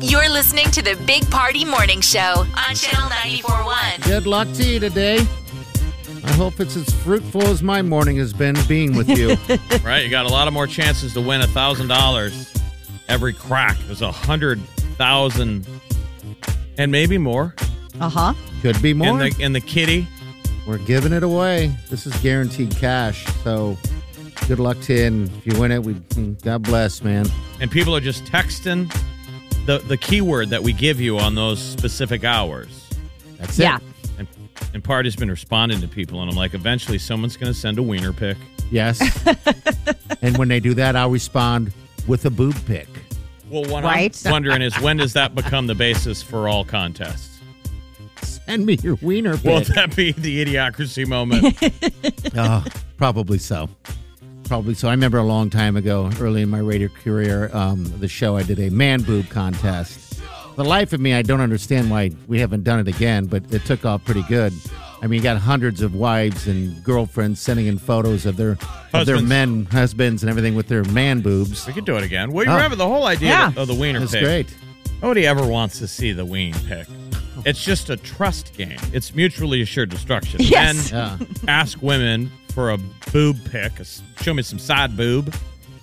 Speaker 4: you're listening to the Big Party Morning Show on Channel 941.
Speaker 6: Good luck to you today. I hope it's as fruitful as my morning has been being with you.
Speaker 7: right? You got a lot of more chances to win a thousand dollars every crack. There's a hundred thousand, and maybe more.
Speaker 5: Uh
Speaker 7: Uh-huh.
Speaker 5: huh.
Speaker 6: Could be more.
Speaker 7: In the in the kitty,
Speaker 6: We're giving it away. This is guaranteed cash. So good luck to you. And if you win it, we God bless, man.
Speaker 7: and people are just texting the the keyword that we give you on those specific hours.
Speaker 6: That's
Speaker 5: Yeah.
Speaker 6: it.
Speaker 7: And and part has been responding to people, and I'm like, eventually someone's going to send a wiener pic.
Speaker 6: Yes. and when they do that, I'll respond with a boob pick.
Speaker 7: Well, what
Speaker 5: Right.
Speaker 7: I'm wondering is when does that become the basis for all contests?
Speaker 6: Send me your wiener
Speaker 7: Will
Speaker 6: pick.
Speaker 7: that be the idiocracy moment?
Speaker 6: Oh, probably so. Probably so. I remember a long time ago, early in my radio career, um, the show I did a man boob contest. The life of me, I don't understand why we haven't done it again, but it took off pretty good. I mean, you got hundreds of wives and girlfriends sending in photos of their of their
Speaker 7: Husbands.
Speaker 6: men husbands and everything with their man boobs.
Speaker 7: we could do it again. Well, you
Speaker 6: Oh.
Speaker 7: remember the whole idea
Speaker 5: Yeah.
Speaker 7: of the wiener
Speaker 6: That's
Speaker 7: pic.
Speaker 6: great.
Speaker 7: Nobody ever wants to see the ween pick. It's just a trust game. It's mutually assured destruction.
Speaker 5: Yes.
Speaker 6: Yeah.
Speaker 7: Men ask women for a boob pick, a s- show me some side boob,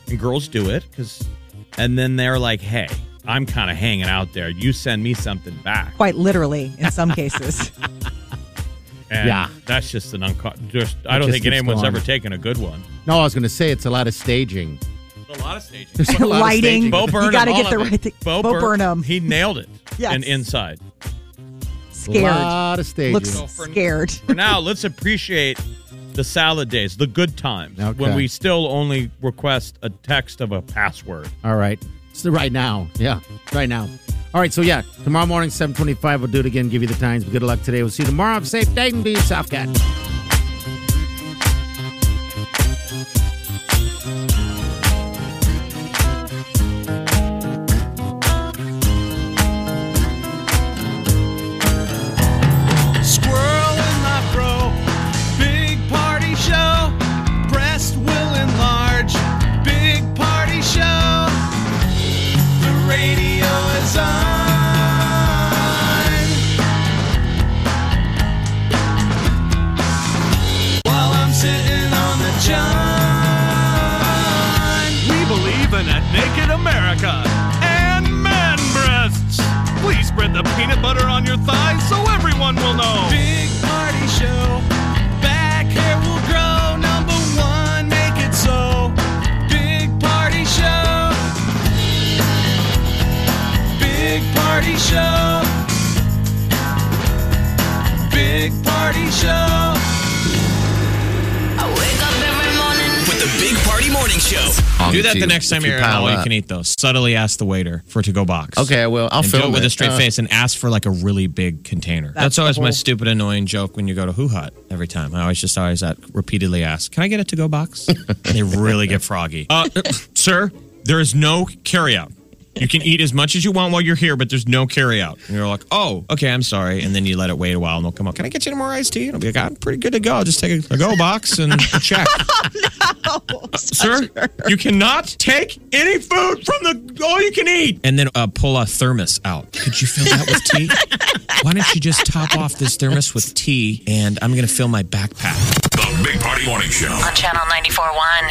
Speaker 7: and girls do it because, and then they're like, "Hey, I'm kind of hanging out there. You send me something back."
Speaker 5: Quite literally in some cases.
Speaker 7: And
Speaker 6: Yeah.
Speaker 7: that's just an unco- just. I
Speaker 6: It
Speaker 7: don't
Speaker 6: just
Speaker 7: think
Speaker 6: keeps
Speaker 7: anyone's
Speaker 6: going.
Speaker 7: ever taken a good one.
Speaker 6: No, I was going to say it's a lot of staging.
Speaker 7: There's a lot of staging.
Speaker 6: There's a lot of
Speaker 5: Lighting.
Speaker 6: staging.
Speaker 7: Bo
Speaker 5: You
Speaker 7: Burnham,
Speaker 5: gotta
Speaker 7: all
Speaker 5: get the
Speaker 7: of it.
Speaker 5: right thing.
Speaker 7: Bo,
Speaker 5: Bo
Speaker 7: Bur-
Speaker 5: Burnham.
Speaker 7: he nailed it.
Speaker 5: Yes.
Speaker 7: And inside.
Speaker 6: A
Speaker 5: Scared.
Speaker 6: lot of staging.
Speaker 5: Looks
Speaker 7: So for-
Speaker 5: scared.
Speaker 7: For now, let's appreciate the salad days, the good times,
Speaker 6: Okay.
Speaker 7: when we still only request a text of a password.
Speaker 6: All right. So right now. Yeah. Right now. All right. So yeah, tomorrow morning, 725, we'll do it again, give you the times. But good luck today. We'll see you tomorrow. Have a safe day and be yourself, cat.
Speaker 1: Squirrel in my fro. Big party show. Breast will enlarge. Big party show. The radio is on. While I'm sitting on the john.
Speaker 2: We believe in a naked America and man breasts. Please spread the peanut butter on your thighs so everyone will know.
Speaker 1: Big party show. Back hair will grow. Number one, make it so. Big party show. Big party show. Big party show.
Speaker 4: I wake up every morning.
Speaker 3: With the Big Party Morning Show.
Speaker 7: Do that the next time you're at Halloween. You can eat those. Subtly ask the waiter for to go box.
Speaker 10: Okay, I will. I'll
Speaker 7: and do
Speaker 10: film
Speaker 7: it with a straight
Speaker 10: Uh,
Speaker 7: face and ask for like a really big container.
Speaker 5: That's
Speaker 10: That's,
Speaker 5: the
Speaker 10: always my
Speaker 5: whole-
Speaker 10: stupid, annoying joke when you go to Hoo Hut every time. I always just always at, repeatedly ask, "Can I get a to-go box?" they really get froggy. Uh, sir, there is no carryout. You can eat as much as you want while you're here, but there's no carryout. And you're like, "Oh, okay, I'm sorry." And then you let it wait a while, and they'll come up. Can I get you any more iced tea? And I'll be like, "I'm pretty good to go. I'll just take a, a go box and a check." sir, you cannot take any food from the all you can eat. And then uh, pull a thermos out. Could you fill that with tea? Why don't you just top off this thermos with tea and I'm going to fill my backpack?
Speaker 4: On Channel 941.